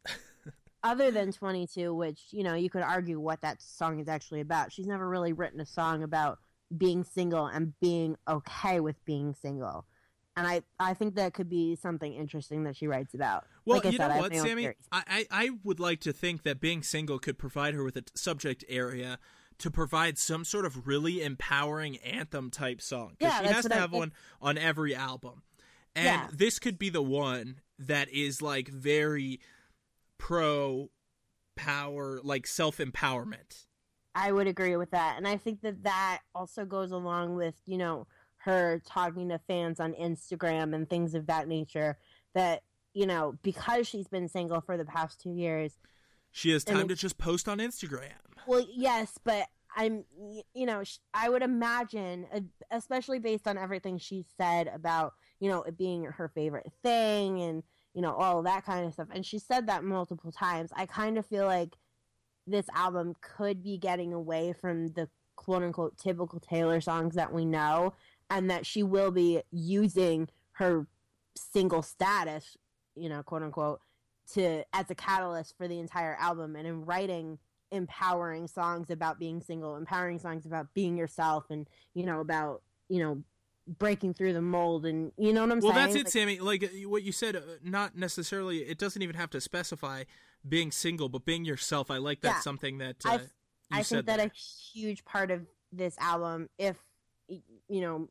S4: other than 22 which you know you could argue what that song is actually about she's never really written a song about being single and being okay with being single and i i think that could be something interesting that she writes about
S1: Well,
S4: Like I
S1: you
S4: said, I
S1: know
S4: have
S1: what,
S4: my own
S1: Sammy?
S4: theories.
S1: I, I, I would like to think that being single could provide her with a t- subject area to provide some sort of really empowering anthem type song. 'Cause
S4: Yeah,
S1: she
S4: that's
S1: has to
S4: what I
S1: have
S4: think.
S1: one on every album. And
S4: Yeah.
S1: this could be the one that is like very pro power, like self empowerment.
S4: I would agree with that. And I think that that also goes along with, you know, her talking to fans on Instagram and things of that nature that, you know, because she's been single for the past two years.
S1: She has
S4: And
S1: time
S4: it-
S1: to just post on Instagram.
S4: Well, yes, but I'm, y- you know, sh- I would imagine, uh, especially based on everything she said about, you know, it being her favorite thing and, you know, all that kind of stuff. And she said that multiple times. I kind of feel like this album could be getting away from the quote unquote typical Taylor songs that we know, and that she will be using her single status, you know, quote unquote, to as a catalyst for the entire album and in writing empowering songs about being single, empowering songs about being yourself and, you know, about, you know, breaking through the mold and you know what I'm
S1: well,
S4: saying?
S1: that's it,
S4: Like-
S1: Sammy. Like uh, what you said, uh, not necessarily. It doesn't even have to specify being single, but being yourself. I like that's
S4: Yeah.
S1: something that uh,
S4: I-
S1: you
S4: I
S1: said
S4: think that
S1: there.
S4: a huge part of this album, if y- you know,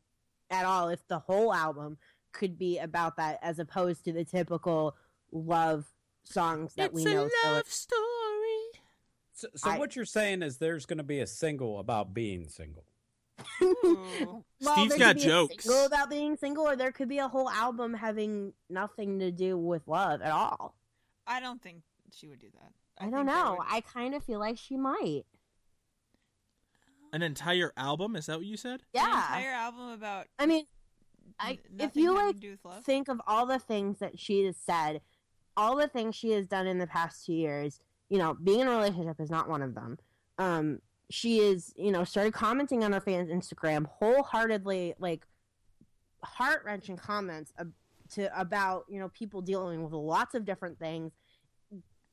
S4: at all, if the whole album could be about that, as opposed to the typical love songs that we know. so it's-
S1: story.
S5: so, so
S4: I-
S5: what you're saying is there's going to be a single about being single.
S3: Ooh.
S4: well,
S1: Steve's
S4: there
S1: got
S4: could be a
S1: jokes.
S4: single about being single, or there could be a whole album having nothing to do with love at all.
S3: I don't think she would do that.
S4: I, don't
S3: think that
S4: know.
S3: would-
S4: I kind of feel like she might.
S1: An entire album? Is that what you said?
S3: An
S4: Yeah,
S3: entire album about
S4: I mean, I,
S3: n-
S4: if
S3: nothing
S4: you
S3: having
S4: like
S3: to do with love.
S4: think of all the things that she has said, all the things she has done in the past two years. You know, being in a relationship is not one of them. Um, she is, you know, started commenting on her fans' Instagram wholeheartedly, like heart wrenching comments ab- to about you know people dealing with lots of different things,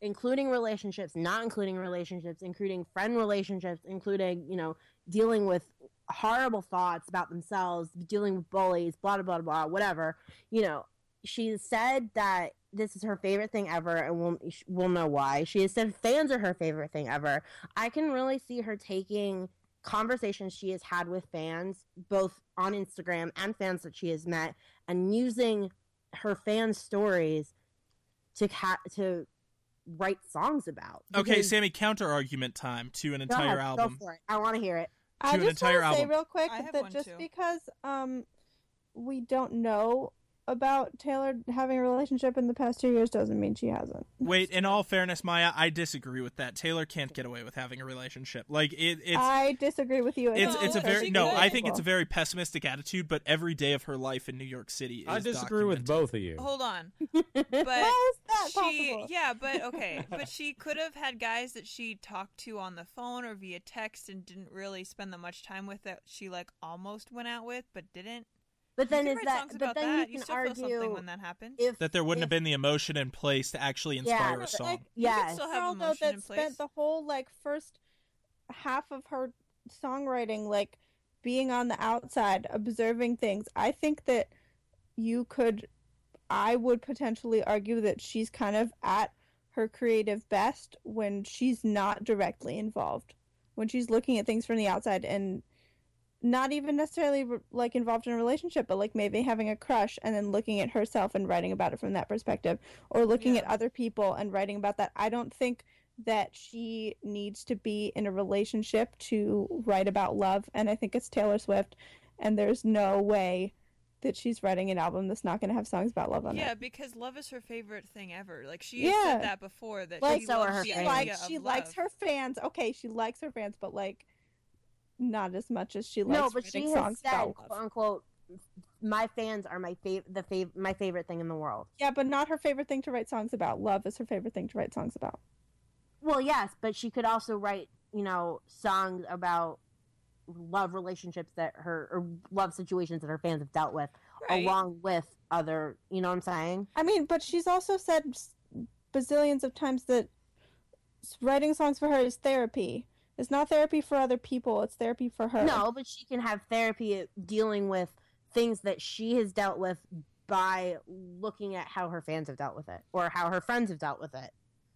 S4: including relationships, not including relationships, including friend relationships, including you know dealing with horrible thoughts about themselves, dealing with bullies, blah blah blah blah, whatever you know, she said that this is her favorite thing ever, and we'll sh- we'll know why. She has said fans are her favorite thing ever. I can really see her taking conversations she has had with fans, both on Instagram and fans that she has met, and using her fans' stories to ca- to write songs about.
S1: Okay,
S4: because-
S1: Sammy, counter argument time to an
S4: Go ahead,
S1: entire
S4: go
S1: album.
S4: for it. I want to hear it.
S1: to
S2: I
S1: an
S2: just
S1: entire
S2: want to say
S1: album.
S2: real quick
S3: I have
S2: that
S3: one
S2: just
S3: too.
S2: because um we don't know about Taylor having a relationship in the past two years doesn't mean she hasn't.
S1: Wait, in all fairness, Maya, I disagree with that. Taylor can't get away with having a relationship. Like it, it's
S4: Ah,
S2: I disagree with you. I
S1: it's
S2: think
S1: it's a
S3: No,
S2: because
S1: very
S3: she
S2: she's
S1: no.
S3: could.
S1: I think it's a
S2: beautiful.
S1: very pessimistic attitude. But every day of her life in New York City, is
S5: I disagree with
S1: documented.
S5: both of you.
S3: Hold on.
S2: How is
S3: But
S2: that
S3: she
S2: possible?
S3: yeah, but okay, but she could have had guys that she talked to on the phone or via text and didn't really spend that much time with that she like almost went out with but didn't.
S4: But then
S3: you
S4: is
S3: can write
S4: that?
S3: songs
S4: But
S3: about
S4: then
S3: that.
S4: you can
S3: still feel something
S4: argue
S3: when that happened.
S4: if
S1: that there wouldn't
S4: if-
S1: have been the emotion in place to actually
S4: Yeah,
S1: inspire a
S2: but,
S1: song.
S2: like,
S3: You
S4: Yes.
S3: could still
S2: girl,
S3: have
S2: though,
S3: emotion
S2: that
S3: in place.
S2: spent the whole like first half of her songwriting like being on the outside observing things i think that you could i would potentially argue that she's kind of at her creative best when she's not directly involved when she's looking at things from the outside and not even necessarily re- like involved in a relationship but like maybe having a crush and then looking at herself and writing about it from that perspective or looking
S3: Yeah.
S2: at other people and writing about that i don't think that she needs to be in a relationship to write about love and i think it's taylor swift and there's no way that she's writing an album that's not going to have songs about love on
S3: yeah,
S2: it
S3: because love is her favorite thing ever. Like she has
S2: Yeah.
S3: said that before that
S2: Like,
S3: she
S4: so are
S3: loves
S4: her
S3: the
S2: she
S3: idea
S4: fans.
S2: likes
S3: of
S2: she likes
S3: love.
S2: her fans okay she likes her fans but like not as much as she likes
S4: no, but
S2: writing
S4: she has
S2: songs
S4: said,
S2: about love.
S4: quote unquote, my fans are my fav- the fav- my favorite thing in the world.
S2: yeah but not her favorite thing to write songs about love is her favorite thing to write songs about
S4: Well, yes, but she could also write, you know, songs about love relationships that her or love situations that her fans have dealt with,
S3: Right.
S4: along with other. You know what I'm saying?
S2: I mean, but she's also said s- bazillions of times that s- writing songs for her is therapy. It's not therapy for other people. It's therapy for her.
S4: No, but she can have therapy dealing with things that she has dealt with by looking at how her fans have dealt with it or how her friends have dealt with it.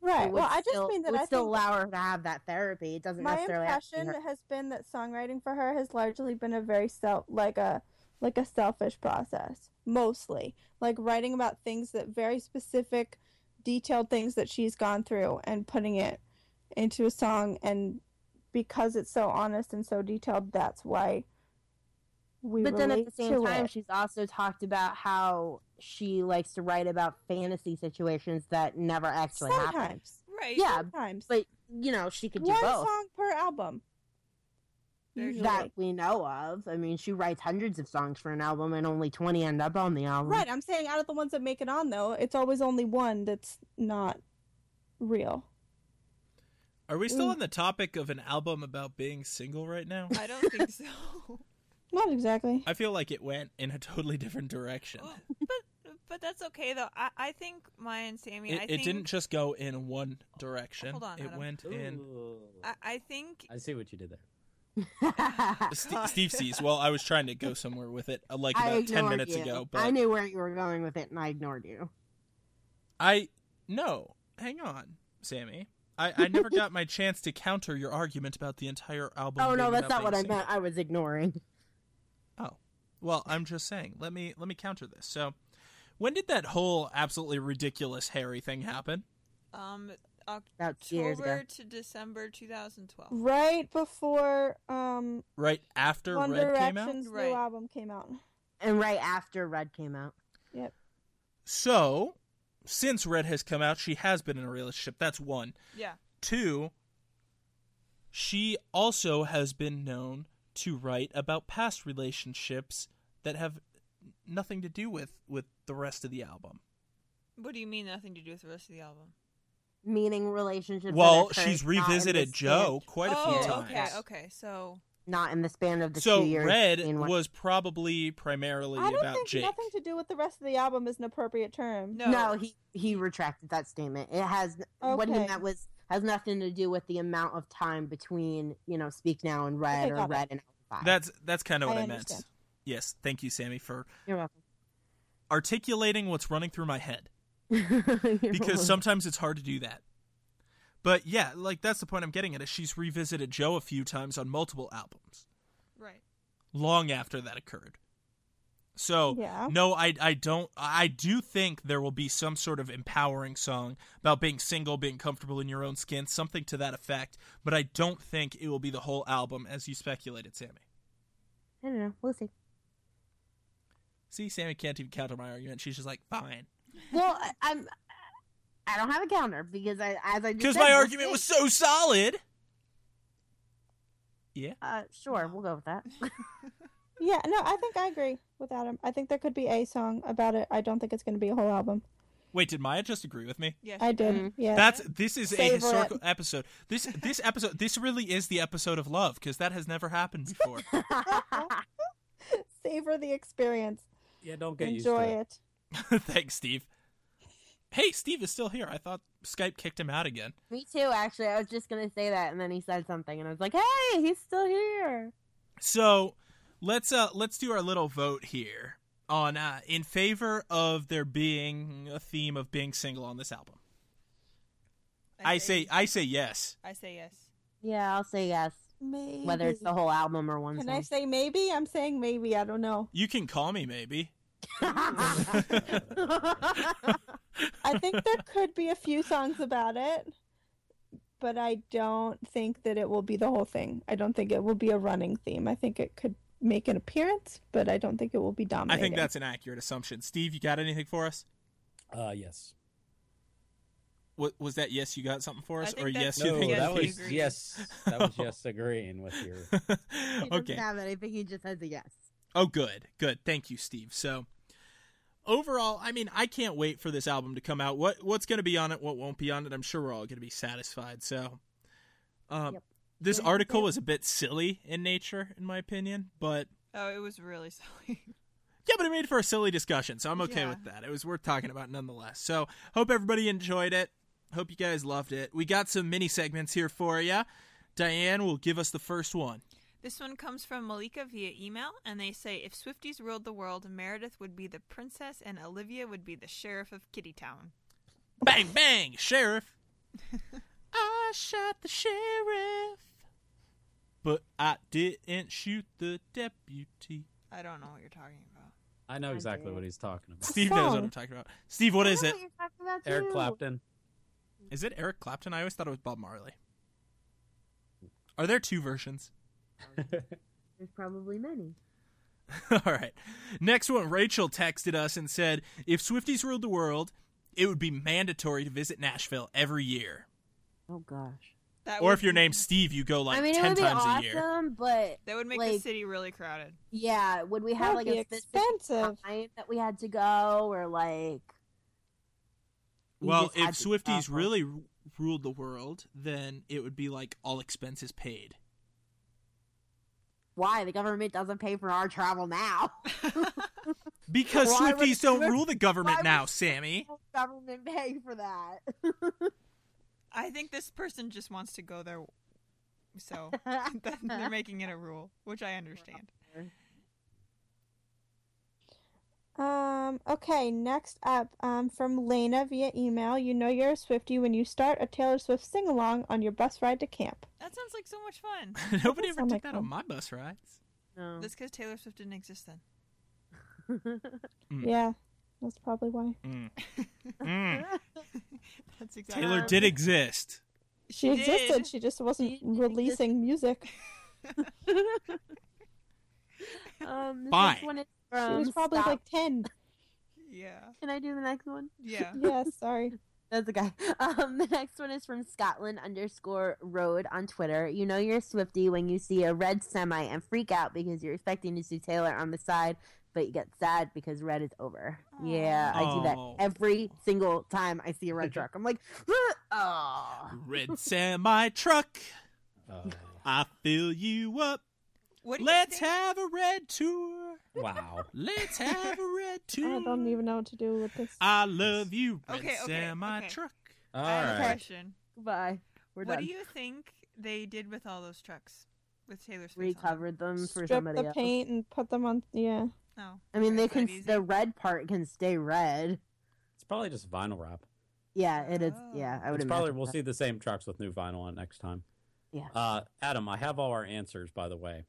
S2: right.
S4: It would
S2: Well, I just
S4: still-
S2: mean
S4: it
S2: that
S4: would
S2: I
S4: still
S2: think
S4: allow her to have that therapy. It doesn't
S2: my
S4: necessarily have to be
S2: impression
S4: her-
S2: has been that songwriting for her has largely been a very self like a like a selfish process mostly like writing about things that very specific detailed things that she's gone through and putting it into a song and because it's so honest and so detailed that's why we
S4: But then at the
S2: relate
S4: same
S2: to
S4: time,
S2: it.
S4: she's also talked about how she likes to write about fantasy situations that never actually happen.
S2: sometimes
S3: Right.
S4: Yeah,
S2: sometimes
S4: But you know, she could do
S2: one
S4: both.
S2: song per album
S3: There's
S2: usually.
S4: That we know of. I mean, she writes hundreds of songs for an album, and only twenty end up on the
S1: Um,
S4: album.
S2: Right, I'm saying out of the ones that make it on, though, it's always only one that's not real.
S1: Are we still
S2: Mm.
S1: on the topic of an album about being single right now?
S3: I don't think so.
S2: Not exactly.
S1: I feel like it went in a totally different direction.
S4: Oh,
S3: but but that's okay though. I, I think Maya and Sammy.
S1: it,
S3: I
S1: it
S3: think,
S1: didn't just go in one direction.
S3: Hold on,
S1: it
S3: Adam.
S1: went in.
S3: I, I think
S5: I see what you did there.
S1: St- Steve sees. Well, I was trying to go somewhere with it, uh, like
S4: I
S1: about ten
S4: ignored
S1: minutes
S4: you.
S1: ago, but
S4: I knew where you were going with it, and I ignored you.
S1: I no. Hang on, Sammy. I, I never got my chance to counter your argument about the entire album.
S4: Oh no,
S1: being
S4: that's
S1: about
S4: not what
S1: being
S4: I
S1: single.
S4: meant. I was ignoring.
S1: Oh. Well, I'm just saying. Let me let me counter this. So, when did that whole absolutely ridiculous Harry thing happen?
S3: um
S4: That's years ago.
S3: October to December 2012.
S2: Right before um
S1: Right after
S2: One
S1: Red came out?
S2: Direction's
S3: Right.
S2: new album came out.
S4: And right after Red came out.
S1: So, since Red has come out, she has been in a relationship. That's one.
S3: Yeah.
S1: Two, she also has been known to write about past relationships that have nothing to do with with the rest of the album.
S3: What do you mean nothing to do with the rest of the album?
S4: Meaning relationships. that
S1: well,
S4: occurred
S1: she's
S4: not in the
S1: revisited
S4: span-
S1: Joe quite a
S3: oh,
S1: few times.
S3: okay, okay. So
S4: Not in the span of the
S1: so
S4: two years.
S1: red
S4: between when-
S1: was probably primarily
S2: I don't
S1: about
S2: think
S1: Jake.
S2: nothing to do with the rest of the album is an appropriate term.
S3: no.
S4: No, he he retracted that statement. It has what he
S2: Okay.
S4: meant was has nothing to do with the amount of time between you know Speak Now and Red
S2: Okay,
S4: or
S2: got it.
S4: Red and Five.
S1: That's that's kind of what
S2: I
S1: I, meant.
S2: understand.
S1: Yes, thank you, Sammy, for
S4: You're welcome.
S1: articulating what's running through my head
S4: You're
S1: because
S4: welcome.
S1: sometimes it's hard to do that. But yeah, like that's the point I'm getting at is she's revisited Joe a few times on multiple albums
S3: right.
S1: long after that occurred. So
S2: Yeah.
S1: no, I I don't I do think there will be some sort of empowering song about being single, being comfortable in your own skin, something to that effect, but I don't think it will be the whole album as you speculated, Sammy.
S4: I don't know. We'll see.
S1: See, Sammy can't even counter my argument. She's just like, fine.
S4: Well, I- I'm. I don't have a counter because I, as I just
S1: Because
S4: said,
S1: my
S4: we'll
S1: argument
S4: see.
S1: was so solid.
S4: Uh, sure, we'll go with that.
S2: Yeah, no, I think I agree with Adam. I think there could be a song about it. I don't think it's going to be a whole album.
S1: Wait, did Maya just agree with me?
S3: Yeah,
S2: I
S3: she
S2: did.
S4: Mhm.
S2: Yeah.
S1: That's this is a
S2: Savor
S1: historical episode. This this episode this really is the episode of love because that has never happened before.
S2: Savor the experience.
S5: Yeah, don't get
S2: Enjoy
S5: used to it.
S2: it.
S1: Thanks, Steve. Hey, Steve is still here. I thought Skype kicked him out again.
S4: Me too. Actually, I was just gonna say that, and then he said something, and I was like, "Hey, he's still here."
S1: So let's uh let's do our little vote here on uh in favor of there being a theme of being single on this album. I say I say yes.
S3: I say yes.
S4: Yeah, I'll say yes,
S2: Maybe.
S4: whether it's the whole album or one
S2: Can I
S4: song.
S2: say maybe? I'm saying maybe. I don't know.
S1: You can call me maybe.
S2: I think there could be a few songs about it, but I don't think that it will be the whole thing. I don't think it will be a running theme. I think it could make an appearance, but I don't think it will be
S1: I
S2: dominating.
S1: think that's an accurate assumption. Steve, you got anything for us?
S5: Uh, yes.
S1: What, was that yes you got something for
S3: I
S1: us
S3: think
S1: or yes
S3: that's-
S1: you
S5: No,
S1: think
S3: yes,
S5: that
S3: you
S5: was
S3: agree.
S5: yes. That was yes agreeing with your.
S1: okay.
S4: have anything. He just has a yes.
S1: Oh, good, good. Thank you, Steve. So, overall, I mean, I can't wait for this album to come out. What what's going to be on it? What won't be on it? I'm sure we're all going to be satisfied. So, uh,
S4: Yep.
S1: this
S4: Yeah,
S1: article
S4: yeah.
S1: was a bit silly in nature, in my opinion, but
S3: Oh, it was really silly.
S1: yeah, but it made for a silly discussion, so I'm okay
S3: Yeah.
S1: with that. It was worth talking about nonetheless. So, hope everybody enjoyed it. Hope you guys loved it. We got some mini segments here for you. Diane will give us the first one.
S3: This one comes from Malika via email, and they say if Swifties ruled the world, Meredith would be the princess and Olivia would be the sheriff of Kitty Town.
S1: Bang, bang, sheriff. I shot the sheriff. But I didn't shoot the deputy.
S3: I don't know what you're talking about.
S5: I know
S4: I
S5: exactly
S4: did.
S5: what he's talking about.
S1: Steve knows what
S2: song?
S1: I'm talking about. Steve, what
S4: I
S1: is
S4: know
S1: it?
S4: you're talking about,
S5: Eric
S4: too.
S5: Clapton.
S1: Is it Eric Clapton? I always thought it was Bob Marley. Are there two versions?
S4: There's probably many.
S1: All right. Next one, Rachel texted us and said, "If Swifties ruled the world, it would be mandatory to visit Nashville every year.
S4: Oh gosh.
S3: That
S1: Or
S3: would-
S1: if your name's Steve, you go like
S4: I mean, it
S1: 10
S4: would be
S1: times
S4: awesome,
S1: a year."
S4: but
S3: That would make the
S4: like,
S3: city really crowded.
S4: Yeah, would we have
S2: That
S4: like
S2: would
S4: a
S2: be
S4: specific
S2: expensive.
S4: time that we had to go, or like? we
S1: Well,
S4: just
S1: if
S4: had to go?
S1: Swifties really r- ruled the world, then it would be like all expenses paid.
S4: why the government doesn't pay for our travel now?
S1: Because
S4: Why would
S1: Swifties
S4: Swift-
S1: don't rule the
S4: why
S1: government
S4: would
S1: now,
S4: Swift-
S1: Sammy.
S4: government pay for that.
S3: I think this person just wants to go there, so that- they're making it a rule, which I understand.
S2: Um, okay, next up, um, from Lena via email. You know you're a Swifty when you start a Taylor Swift sing along on your bus ride to camp.
S3: That sounds like so much fun.
S1: Nobody ever
S2: sound
S1: took
S2: like
S1: that
S2: fun.
S1: on my bus rides.
S4: No.
S3: That's because Taylor Swift didn't exist then.
S1: Mm.
S2: Yeah, that's probably why.
S1: Mm.
S3: That's exactly
S1: Taylor
S4: Um,
S1: did exist.
S2: She
S3: did.
S2: existed, she just wasn't
S4: She did
S2: releasing music.
S4: um, this
S1: Fine.
S4: next one is
S2: She
S4: from
S2: was probably
S4: Um, Stop.
S2: like 10.
S3: Yeah,
S4: Can I do the next one?
S3: yeah.
S2: Yeah, sorry.
S4: That's the guy. Um, the next one is from Scotland underscore Road on Twitter. You know you're a Swifty when you see a red semi and freak out because you're expecting to see Taylor on the side, but you get sad because red is over. Yeah, I do
S1: Aw.
S4: that every single time I see a red truck. I'm like, oh,
S1: Red semi truck,
S5: Uh,
S1: I fill you up.
S3: What do you
S1: Let's
S3: think-
S1: have a red tour.
S5: wow.
S1: Let's have a red tour.
S2: I don't even know what to do with this.
S1: I love you, red
S3: Okay, okay,
S1: semi
S3: okay.
S1: truck.
S5: All
S3: I have a
S5: right.
S3: question.
S4: goodbye. We're
S3: What
S4: done.
S3: do you think they did with all those trucks with Taylor Swift? on them?
S4: Recovered them for
S2: Strip
S4: somebody
S2: the
S4: else.
S2: paint and put them on. Yeah.
S3: No.
S4: I mean, they
S3: That's Oh,
S4: can.
S3: not easy.
S4: The red part can stay red.
S5: It's probably just vinyl wrap.
S4: Yeah, it is.
S3: Oh.
S4: Yeah, I would
S5: It's probably
S4: imagine
S5: we'll
S4: so.
S5: see the same trucks with new vinyl on next time.
S4: Yeah.
S5: Uh, Adam, I have all our answers by the way.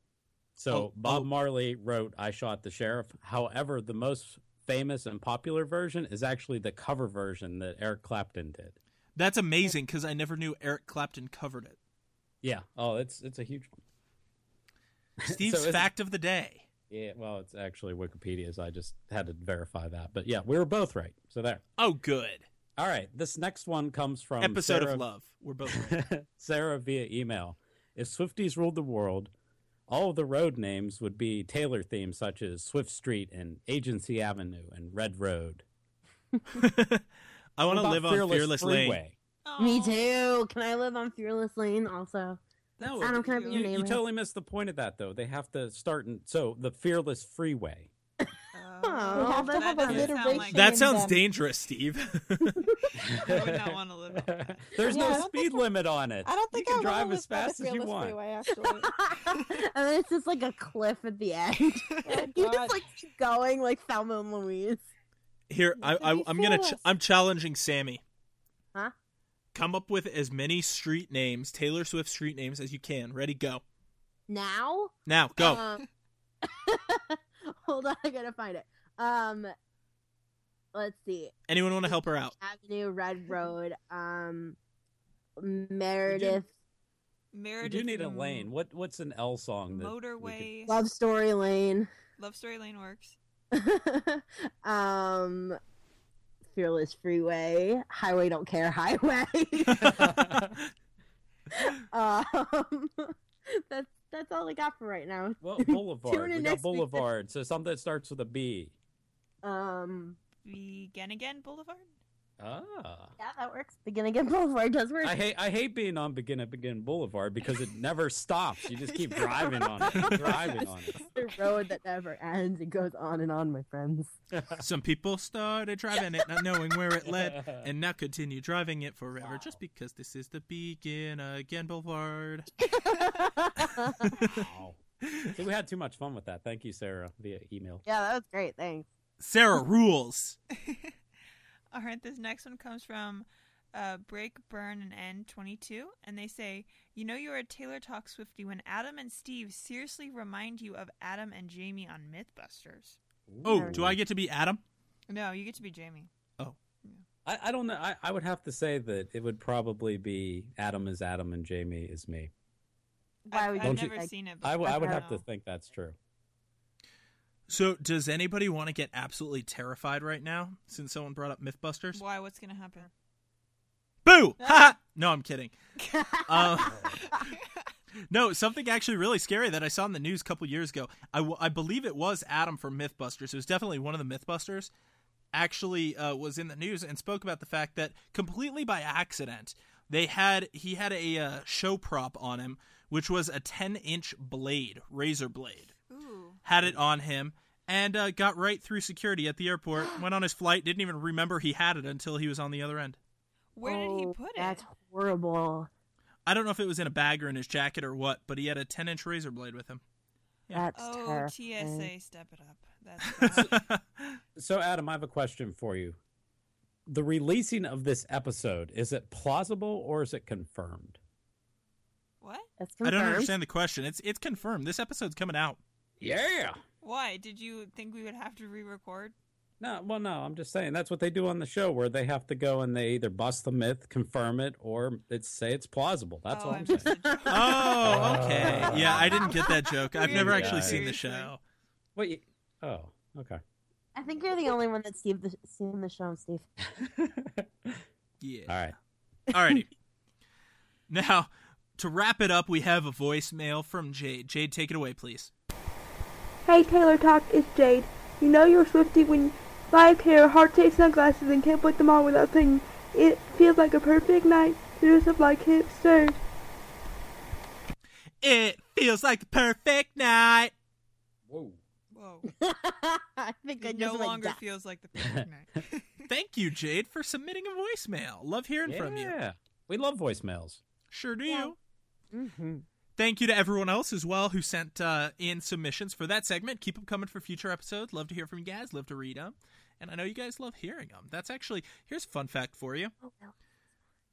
S5: So
S1: Oh,
S5: Bob
S1: oh.
S5: Marley wrote "I Shot the Sheriff." However, the most famous and popular version is actually the cover version that Eric Clapton did.
S1: That's amazing because I never knew Eric Clapton covered it.
S5: Yeah. Oh, it's it's a huge.
S1: Steve's
S5: So is-
S1: fact of the day.
S5: Yeah. Well, it's actually Wikipedia's. I just had to verify that. But yeah, we were both right. So there.
S1: Oh, good.
S5: All right. This next one comes from
S1: Episode
S5: Sarah-
S1: of love. We're both.
S5: Sarah via email. If Swifties ruled the world, all of the road names would be Taylor themes such as Swift Street and Agency Avenue and Red Road.
S1: I want to
S5: What about
S1: live on fearless lane.
S5: Freeway?
S4: Me
S3: Aw.
S4: too. Can I live on Fearless Lane also?
S5: No,
S4: Adam, can I be
S5: you,
S4: your
S5: you
S4: neighbor?
S5: totally missed the point of that though. They have to start and so the Fearless Freeway.
S4: We have to
S3: Oh, that
S2: have
S3: doesn't sound
S2: alliteration.
S3: like-
S1: That
S2: Shame
S1: sounds
S2: them.
S1: dangerous, Steve.
S3: I would not want to live. on-
S5: There's
S2: Yeah, I
S5: no
S2: don't
S5: speed limit on it.
S2: I don't
S5: You
S2: think
S5: can
S2: I
S5: drive
S2: want to
S5: as fast as you want.
S2: Freeway, actually.
S4: and then it's just like a cliff at the end. you
S2: God.
S4: just like keep going like Thelma and Louise.
S1: Here, I, I,
S2: Be
S1: I'm gonna. Ch-
S2: fearless.
S1: I'm challenging Sammy.
S4: Huh?
S1: Come up with as many street names, Taylor Swift street names, as you can. Ready, go
S4: Now?
S1: now, go.
S4: Um, hold on, I gotta find it. Um let's see.
S1: Anyone want to help her out?
S4: Avenue, Red Road, um Meredith,
S5: You
S3: Meredith.
S5: do need a lane. What what's an L song? That we
S3: Motorway.
S4: Love Story Lane,
S3: Love story lane works.
S4: um Fearless Freeway, Highway Don't Care Highway. um that's that's all I got for right now.
S5: Well, Boulevard.
S4: Tune
S5: we
S4: in
S5: got
S4: next week.
S5: Boulevard. So something that starts with a B.
S4: Um
S3: Begin again Boulevard.
S5: Ah.
S4: yeah, that works. Begin again Boulevard does work.
S5: I hate I hate being on Begin at Begin Boulevard because it never stops. You just keep
S3: Yeah.
S5: driving on it, driving on
S4: the road that never ends. It goes on and on, my friends.
S1: Some people started driving it, not knowing where it led,
S5: it.
S1: and now continue driving it forever,
S5: Wow.
S1: just because this is the begin again boulevard.
S4: yeah,
S5: wow. See, we had too much fun with that. Thank you, Sarah, via email.
S4: that was great. Thanks.
S1: Sarah rules.
S3: All right, this next one comes from uh, Break, Burn, and End 22. And they say, You know, you're a Taylor Talk Swifty when Adam and Steve seriously remind you of Adam and Jamie on Mythbusters.
S1: Oh, do I get to be Adam?
S3: No, you get to be Jamie.
S5: I, I don't know. I, I would have to say that it would probably be Adam is Adam and Jamie is me.
S4: Why would
S3: I've,
S4: you
S3: I've
S5: Don't you-
S3: never seen it before.
S5: I, w- I would
S4: Okay.
S5: have to think that's true.
S1: So, does anybody want to get absolutely terrified right now since someone brought up Mythbusters?
S3: Why? What's going to happen?
S1: Boo! Ha ha! No, I'm kidding. Um, no, something actually really scary that I saw in the news a couple years ago. I, w- I believe it was Adam from Mythbusters. It was definitely one of the Mythbusters. Actually, uh, was in the news and spoke about the fact that completely by accident they had he had a uh, show prop on him, which was a 10 inch blade, razor blade
S3: Ooh.
S1: had it on him and uh, got right through security at the airport went on his flight didn't even remember he had it until he was on the other end
S3: Where did he put it?
S4: Oh, That's horrible.
S1: i don't know if it was in a bag or in his jacket or what but he had a 10 inch razor blade with him Yeah.
S4: That's
S3: Oh, TSA,
S4: terrifying.
S3: step it up. That's bad.
S5: So, Adam, I have a question for you. The releasing of this episode, is it plausible or is it confirmed?
S3: what?
S4: That's
S1: i
S4: confirmed.
S1: don't understand the question it's it's confirmed this episode's coming out
S5: Yeah.
S3: Why? Did you think we would have to re record?
S5: No, well, no, I'm just saying that's what they do on the show where they have to go and they either bust the myth, confirm it, or it's, say it's plausible. That's
S3: oh,
S5: all I'm
S3: just
S5: saying.
S3: a joke.
S1: oh okay
S5: Oh.
S1: yeah i didn't get that joke i've never actually seen the
S3: Seriously.
S1: show
S5: What you, oh, okay.
S4: I think you're the only one that's Steve the, seen the show, Steve.
S1: yeah
S5: All right.
S1: Alrighty. now, to wrap it up, we have a voicemail from Jade. Jade, take it away, please.
S6: Hey Taylor Talk, it's Jade. You know you're Swifty when you live hair, heart shaped sunglasses, and can't put them on without thinking. It feels like a perfect night to do stuff like hipsters.
S1: It feels like the perfect night.
S5: Whoa.
S3: Whoa.
S4: I think I
S3: It no
S4: just went
S3: longer
S4: deaf.
S3: feels like the perfect night.
S1: Thank you, Jade, for submitting a voicemail. Love hearing
S5: yeah.
S1: from you.
S5: We love voicemails.
S1: Sure do.
S4: Yeah. Mhm.
S1: Thank you to everyone else as well who sent uh, in submissions for that segment. Keep them coming for future episodes. Love to hear from you guys. Love to read them. And I know you guys love hearing them. That's actually, here's a fun fact for you.
S4: Oh, well.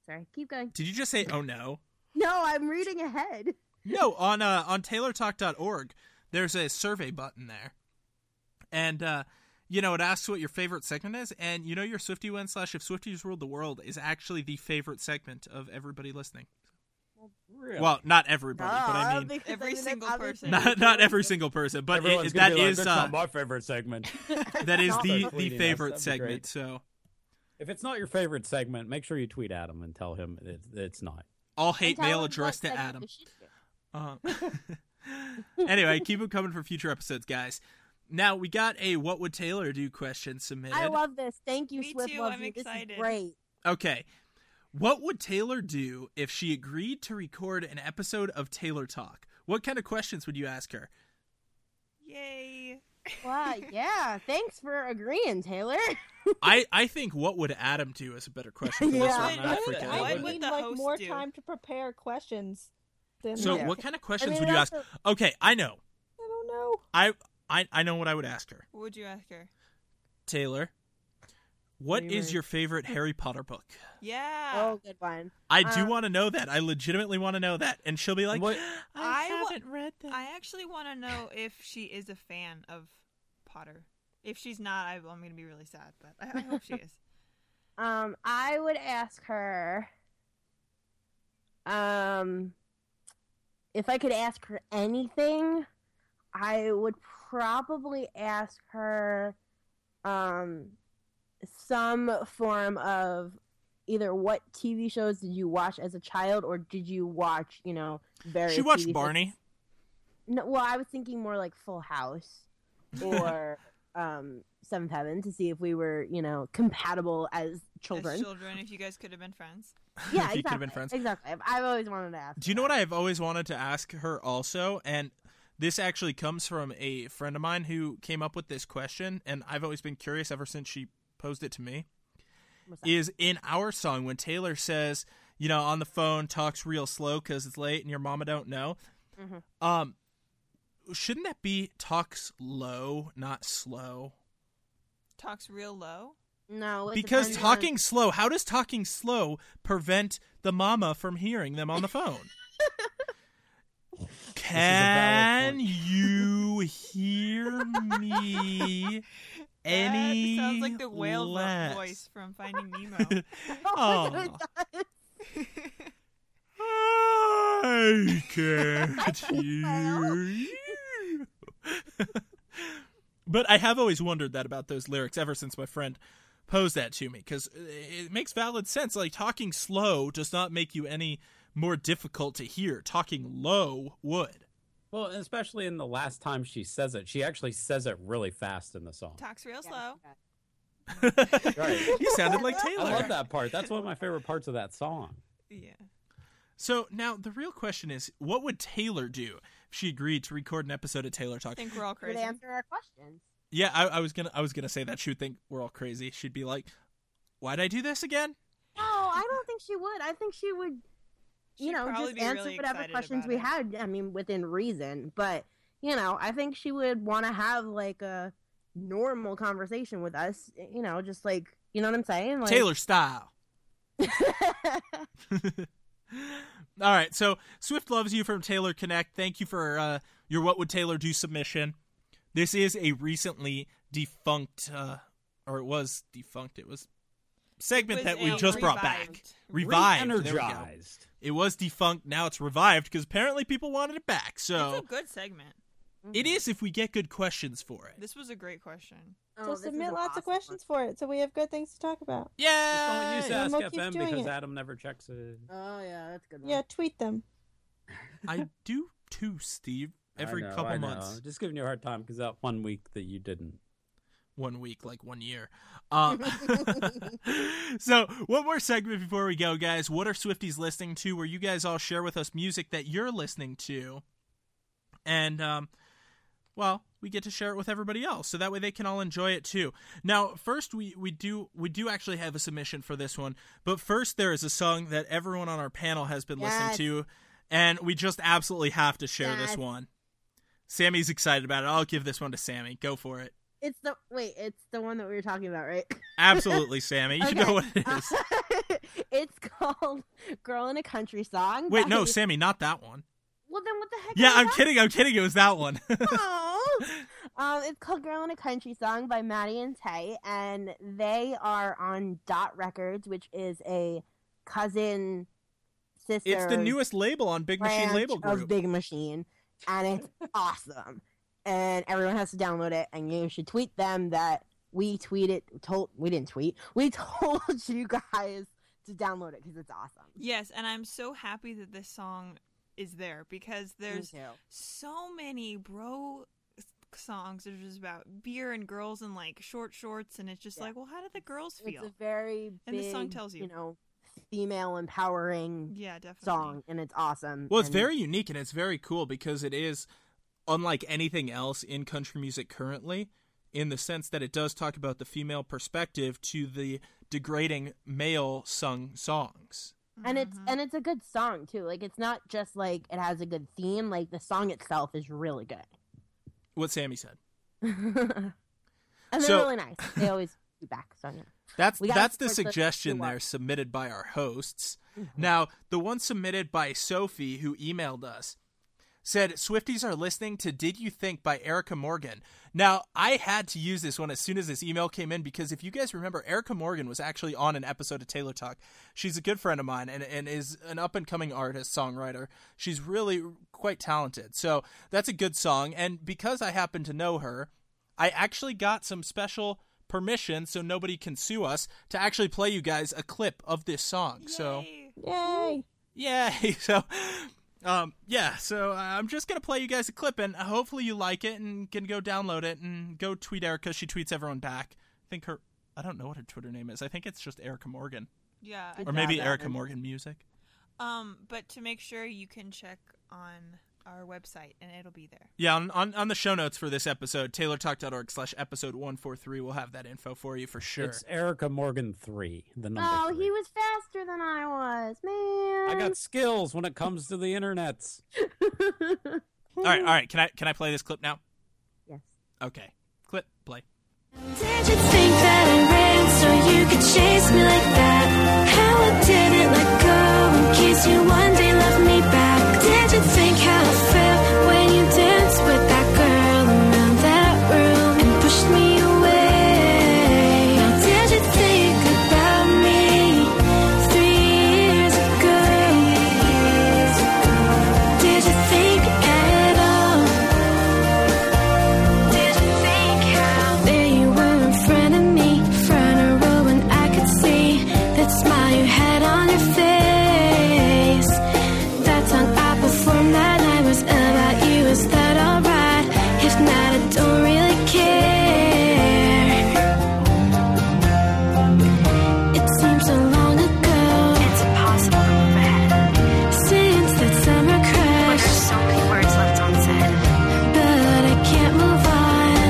S4: Sorry, keep going.
S1: Did you just say, oh no?
S4: No, I'm reading ahead.
S1: No, on uh, on taylortalk.org, there's a survey button there, and uh, you know it asks what your favorite segment is, and you know your Swifty win slash if Swifties ruled the world is actually the favorite segment of everybody listening.
S5: Really?
S1: Well, not everybody, but I mean
S3: every single person.
S1: not not every single person, but it,
S5: Everyone's
S1: it-
S5: gonna
S1: that
S5: be like,
S1: is
S5: that's
S1: uh,
S5: not my favorite segment.
S1: that is
S5: Stop
S1: the
S5: tweeting
S1: the
S5: us.
S1: favorite
S5: That'd be
S1: segment.
S5: great.
S1: So
S5: If it's not your favorite segment, make sure you tweet at him and tell him it, it's not.
S1: all hate
S4: And tell
S1: mail
S4: us
S1: addressed
S4: what
S1: to
S4: segment
S1: Adam.
S4: we should
S1: Uh,
S4: do.
S1: anyway, keep them coming for future episodes, guys. Now we got a "What would Taylor do?" question submitted.
S4: I love this. Thank you,
S3: Me
S4: Swift.
S3: too,
S4: Love
S3: I'm
S4: you. This
S3: excited.
S4: is great.
S1: okay, what would Taylor do if she agreed to record an episode of Taylor Talk? What kind of questions would you ask her?
S3: Yay!
S4: Wow. Yeah. Thanks for agreeing, Taylor.
S1: I I think "What would Adam do?" is a better question. For
S4: Yeah.
S1: this
S4: What
S1: one.
S3: would-
S1: I
S3: what would-
S1: forget.
S2: I
S3: What
S2: would
S3: would
S2: need
S3: the
S2: like
S3: host
S2: more
S3: do?
S2: time to prepare questions than
S1: So,
S2: that.
S1: what kind of
S4: I
S1: questions
S4: mean,
S1: would
S4: it
S1: you ask?
S4: also-
S1: Okay, I know.
S2: I don't know.
S1: I I I know what I would ask her.
S3: What would you ask her?
S1: Taylor, what is
S4: Taylor.
S1: your favorite Harry Potter book?
S3: Yeah.
S4: Oh, good one.
S1: I do
S4: Um,
S1: want to know that. I legitimately want to know that. And she'll be like,
S5: What-
S1: I,
S3: I wa-
S1: haven't read that.
S3: I actually want to know if she is a fan of Potter. If she's not, I, I'm going to be really sad, but I, I hope she is.
S4: Um, I would ask her. Um, if I could ask her anything, I would probably ask her, um, some form of either what TV shows did you watch as a child, or did you watch, you know, various.
S1: she watched
S4: TV shows?
S1: Barney.
S4: No, well, I was thinking more like Full House or um Seventh Heaven to see if we were, you know, compatible as children.
S3: As children, if you guys could have been friends.
S4: Yeah,
S1: If you
S4: exactly.
S1: could have been friends.
S4: Exactly. I've, I've always wanted to ask.
S1: Do you know what I've always wanted to ask her also? And this actually comes from a friend of mine who came up with this question, and I've always been curious ever since she posed it to me.
S4: What's that?
S1: Is in our song when Taylor says, you know, on the phone talks real slow because it's late and your mama don't know.
S4: Mhm.
S1: Um, shouldn't that be talks low, not slow?
S3: Talks real low.
S4: No, it
S1: Because
S4: depends on-
S1: talking slow, how does talking slow prevent the mama from hearing them on the phone? Can
S5: point.
S1: you hear me? Any
S3: that sounds like the whale vo-
S1: less?
S3: voice from Finding Nemo.
S4: Oh,
S1: Aw.
S4: my God, it
S1: I can't hear
S4: Well.
S1: you. but I have always wondered that about those lyrics ever since my friend posed that to me because it makes valid sense. Like talking slow does not make you any more difficult to hear. Talking low would.
S5: Well, especially in the last time she says it, she actually says it really fast in the song.
S3: Talks real
S4: does.
S3: slow.
S5: Right.
S1: you sounded like
S5: I
S1: Taylor.
S5: love that part. That's one of my favorite parts of that song.
S3: Yeah.
S1: So now the real question is, what would Taylor do if she agreed to record an episode of Taylor
S3: I
S1: Talk?
S3: think we're all
S4: Would
S3: crazy.
S4: answer our questions.
S1: Yeah, I, I was gonna I was gonna say that she would think we're all crazy. She'd be like, "Why'd I do this again?"
S4: No, I don't think she would. I think she would, you
S3: She'd
S4: know,
S3: probably
S4: just
S3: be
S4: answer
S3: really
S4: whatever
S3: excited
S4: questions
S3: about
S4: we
S3: it.
S4: had. I mean, within reason, but you know, I think she would want to have like a normal conversation with us. You know, just like you know what I'm saying, like,
S1: Taylor style. all right, so Swift loves you from Taylor Connect. Thank you for uh, your "What Would Taylor Do" submission. This is a recently defunct, uh, or it was defunct. It was segment
S3: Was
S1: that we
S3: a
S1: just brought back,
S3: revived.
S1: revived. There we go.
S5: Re-energized.
S1: It was defunct. Now it's revived because apparently people wanted it back. So
S3: It's a good segment.
S1: it is if we get good questions for it.
S3: This was a great question.
S4: Oh,
S2: so
S4: this is
S2: submit
S4: an
S2: lots
S4: awesome
S2: of questions for it, so we have good things to talk about.
S4: Uh,
S5: Just don't
S1: Yeah.
S5: use
S2: Yeah,
S5: Ask
S2: we'll keep
S5: FM
S2: doing
S5: because
S2: it.
S5: Adam never checks it.
S4: one. Oh yeah, that's a good. One.
S2: Yeah, tweet them.
S1: I do too, Steve. Every
S5: I know,
S1: couple
S5: I know.
S1: months,
S5: Just giving you a hard time because that one week that you didn't.
S1: one week, like one year. Um, so, one more segment before we go, guys. What are Swifties listening to? Where you guys all share with us music that you're listening to, and um, well, we get to share it with everybody else, so that way they can all enjoy it too. Now, first, we we do we do actually have a submission for this one, but first, there is a song that everyone on our panel has been
S4: Yes.
S1: listening to, and we just absolutely have to share this
S4: Yes.
S1: one. Sammy's excited about it. I'll give this one to Sammy. Go for it.
S4: It's the wait, it's the one that we were talking about, right?
S1: Absolutely, Sammy. You
S4: Okay.
S1: know what it is.
S4: it's called "Girl in a Country Song."
S1: Wait,
S4: by-
S1: no, Sammy, not that one.
S4: Well, then what the heck?
S1: Yeah,
S4: is
S1: I'm
S4: that?
S1: kidding. I'm kidding. It was that one.
S4: Aw. um, it's called Girl in a Country Song by Maddie and Tay, and they are on Dot Records, which is a cousin sister.
S1: it's the newest label on Big Machine
S4: branch
S1: Label Group.
S4: of Big Machine, and it's awesome. And everyone has to download it, and you should tweet them that we tweeted told we didn't tweet we told you guys to download it because it's awesome.
S3: Yes, and I'm so happy that this song is there because
S4: Me
S3: there's
S4: too.
S3: so many bro s- songs that are just about beer and girls and like short shorts, and it's just
S4: Yeah.
S3: like, well, how do the girls
S4: It's
S3: feel?
S4: a very
S3: And
S4: big,
S3: this song tells you.
S4: you know, female empowering
S3: Yeah, definitely.
S4: song, and it's awesome.
S1: Well, it's
S4: and-
S1: very unique and it's very cool because it is unlike anything else in country music currently, in the sense that it does talk about the female perspective to the degrading male sung songs.
S4: and it's
S3: Mhm.
S4: and it's a good song too. Like it's not just like it has a good theme. Like the song itself is really good,
S1: What Sammy said.
S4: and they're
S1: So-
S4: really nice. They always be back. So yeah.
S1: That's
S4: We gotta
S1: that's the
S4: support the-
S1: suggestion
S4: the
S1: there
S4: work.
S1: submitted by our hosts.
S4: Mhm.
S1: Now, the one submitted by Sophie who emailed us said Swifties are listening to Did You Think by Erica Morgan. Now, I had to use this one as soon as this email came in because if you guys remember Erica Morgan was actually on an episode of Taylor Talk. She's a good friend of mine and and is an up and coming artist, songwriter. She's really quite talented. So, that's a good song and because I happen to know her, I actually got some special permission so nobody can sue us to actually play you guys a clip of this song. So,
S3: Yay.
S2: Yay!
S1: yay. So, um, yeah, so uh, I'm just going to play you guys a clip and hopefully you like it and can go download it and go tweet Erica. She tweets everyone back. I think her, I don't know what her Twitter name is. I think it's just Erica Morgan
S3: yeah.
S4: Good
S1: or maybe
S4: job,
S1: Erica
S4: Evan.
S1: Morgan Music.
S3: Um, but to make sure you can check on our website, and it'll be there.
S1: Yeah, on, on, on the show notes for this episode, taylortalk.org slash episode 143, we'll have that info for you for sure.
S5: It's Erica Morgan three, the number.
S4: Oh,
S5: three.
S4: he was faster than I was, man.
S5: I got skills when it comes to the internets.
S1: all right, all right. Can I, can I play this clip now?
S4: yes.
S1: Okay. Clip, play.
S7: Did you think that I ran so you could chase me like that? How I didn't let go in case you one day love me back. Did you think how I felt when you danced with that girl around that room and pushed me away? Now did you think about me three years ago? Did you think at all? Did you think how there you were in front of me, front row, and I could see that smile you had on your face? That tongue I performed that night was about you. Is that alright? If not, I don't really care. It seems so long ago. It's impossible to forget since that summer crash. There's so many words left unsaid. But I can't move on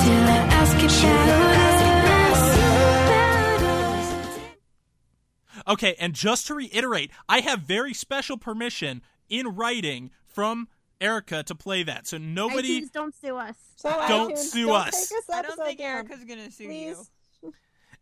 S7: till I ask you about us.
S1: Okay, and just to reiterate, I have very special permission in writing from Erica to play that. So nobody
S4: iTunes, don't sue us.
S2: So
S1: Don't
S2: iTunes,
S1: sue
S2: don't
S1: us.
S2: Take this
S3: I don't
S2: episode
S3: think
S2: down.
S3: Erica's gonna sue you.
S2: Please.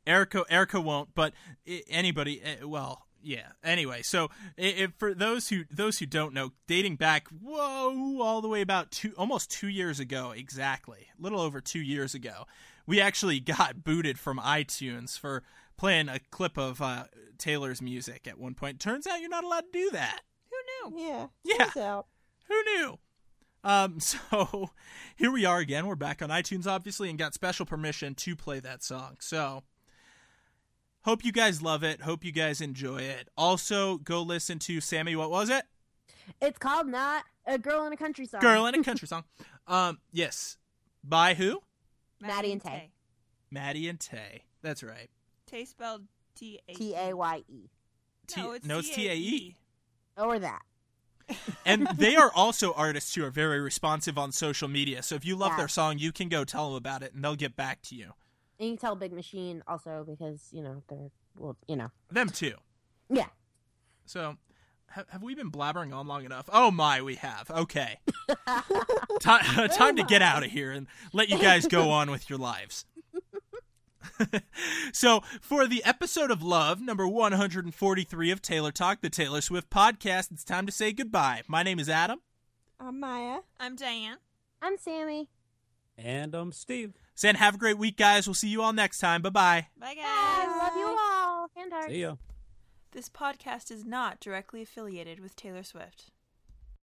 S1: Erica Erica won't, but i- anybody eh, well, yeah. Anyway, so i if for those who those who don't know, dating back whoa all the way about two almost 2 years ago exactly. A little over 2 years ago. We actually got booted from iTunes for playing a clip of uh, Taylor's music at one point. Turns out you're not allowed to do that.
S3: Who knew?
S2: Yeah.
S1: Yeah.
S2: turns out.
S1: Who knew? Um, so here we are again. We're back on iTunes, obviously, and got special permission to play that song. So hope you guys love it. Hope you guys enjoy it. Also, go listen to Sammy. What was it?
S4: It's called not a girl in a country song.
S1: Girl in a Country Song. Um, yes, by who?
S4: Maddie and Tay.
S1: Maddie and Tay. That's right.
S3: Tay. Tay spelled T A.
S4: T A Y E
S1: T-
S3: No, it's
S1: no, it's T A E.
S3: T-A-E.
S4: or that.
S1: And they are also artists who are very responsive on social media. So if you love
S4: Yeah.
S1: their song, you can go tell them about it, and they'll get back to you.
S4: And you can tell Big Machine also because you know they're well, you know.
S1: Them too.
S4: Yeah.
S1: So, have, have we been blabbering on long enough? Oh my, we have. Okay. Ti- time to get out of here and let you guys go on with your lives. so, for the episode of Love, number 143 of Taylor Talk, the Taylor Swift podcast, it's time to say goodbye. My name is Adam.
S2: I'm Maya.
S3: I'm Diane.
S4: I'm Sammy.
S5: And I'm Steve.
S1: Saying, have a great week, guys. We'll see you all next time. Bye bye.
S3: Bye, guys.
S4: I love you all. Hand hearts.
S5: See ya.
S3: This podcast is not directly affiliated with Taylor Swift.